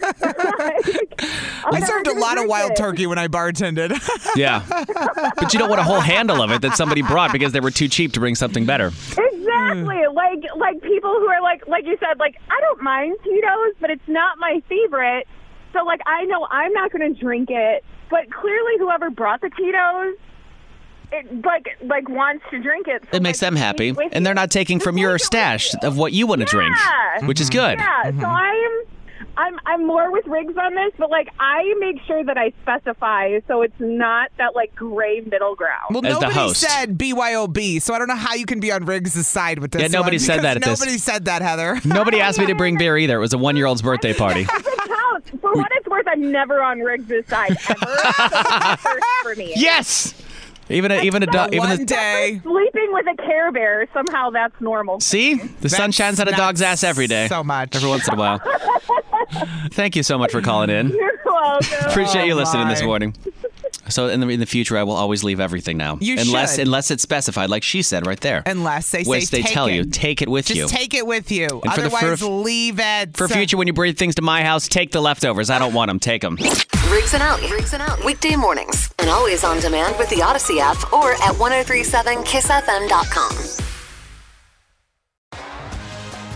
Speaker 6: Okay,
Speaker 2: I
Speaker 6: I'm
Speaker 2: served a
Speaker 6: gonna
Speaker 2: lot of
Speaker 6: drink
Speaker 2: wild
Speaker 6: it.
Speaker 2: turkey when I bartended.
Speaker 3: Yeah. But you don't want a whole handle of it that somebody brought because they were too cheap to bring something better.
Speaker 6: Exactly. Like like people who are like like you said, like I don't mind Tito's, but it's not my favorite. So like I know I'm not gonna drink it, but clearly whoever brought the Tito's it like like wants to drink it. So,
Speaker 3: It makes
Speaker 6: like,
Speaker 3: them happy.
Speaker 6: it's with
Speaker 3: And they're
Speaker 6: you.
Speaker 3: not taking
Speaker 6: Just
Speaker 3: from your
Speaker 6: take it with
Speaker 3: stash
Speaker 6: you.
Speaker 3: of what you want to drink,
Speaker 6: Yeah. Mm-hmm.
Speaker 3: which is good.
Speaker 6: Yeah. So I am I'm I'm more with Riggs on this, but like I make sure that I specify so it's not that like gray middle ground.
Speaker 2: Well,
Speaker 3: As the
Speaker 2: nobody
Speaker 3: host.
Speaker 2: said BYOB, so I don't know how you can be on Riggs' side with this.
Speaker 3: Yeah, nobody
Speaker 2: one,
Speaker 3: said that
Speaker 2: because
Speaker 3: at this.
Speaker 2: Nobody said that, Heather.
Speaker 3: Nobody asked me to bring beer either. It was a one year old's birthday party.
Speaker 6: It counts. For what it's worth, I'm never on Riggs' side ever. So that's first for me.
Speaker 3: Yes. Even a, even a dog. Even
Speaker 2: One
Speaker 3: the,
Speaker 2: day.
Speaker 6: Sleeping with a Care Bear, somehow that's normal.
Speaker 3: See, the sun
Speaker 2: That's
Speaker 3: shines on a
Speaker 2: not
Speaker 3: dog's ass every day.
Speaker 2: So much.
Speaker 3: Every once in a while. Thank you so much for calling in.
Speaker 6: You're welcome.
Speaker 3: Appreciate you
Speaker 2: Oh,
Speaker 3: listening this
Speaker 2: my.
Speaker 3: morning. So in the in the future, I will always leave everything now,
Speaker 2: You
Speaker 3: unless
Speaker 2: should.
Speaker 3: unless it's specified, like she said right there.
Speaker 2: Unless they say
Speaker 3: Which they
Speaker 2: take
Speaker 3: tell you,
Speaker 2: it.
Speaker 3: take it with
Speaker 2: Just
Speaker 3: you.
Speaker 2: take it with you.
Speaker 3: And for the- for-
Speaker 2: Otherwise, leave it.
Speaker 3: for future, when you bring things to my house, take the leftovers. I don't want them. Take them.
Speaker 1: Riggs and Out. Riggs and Out. Weekday mornings. And always on demand with the Odyssey app or at 1037kissfm.com.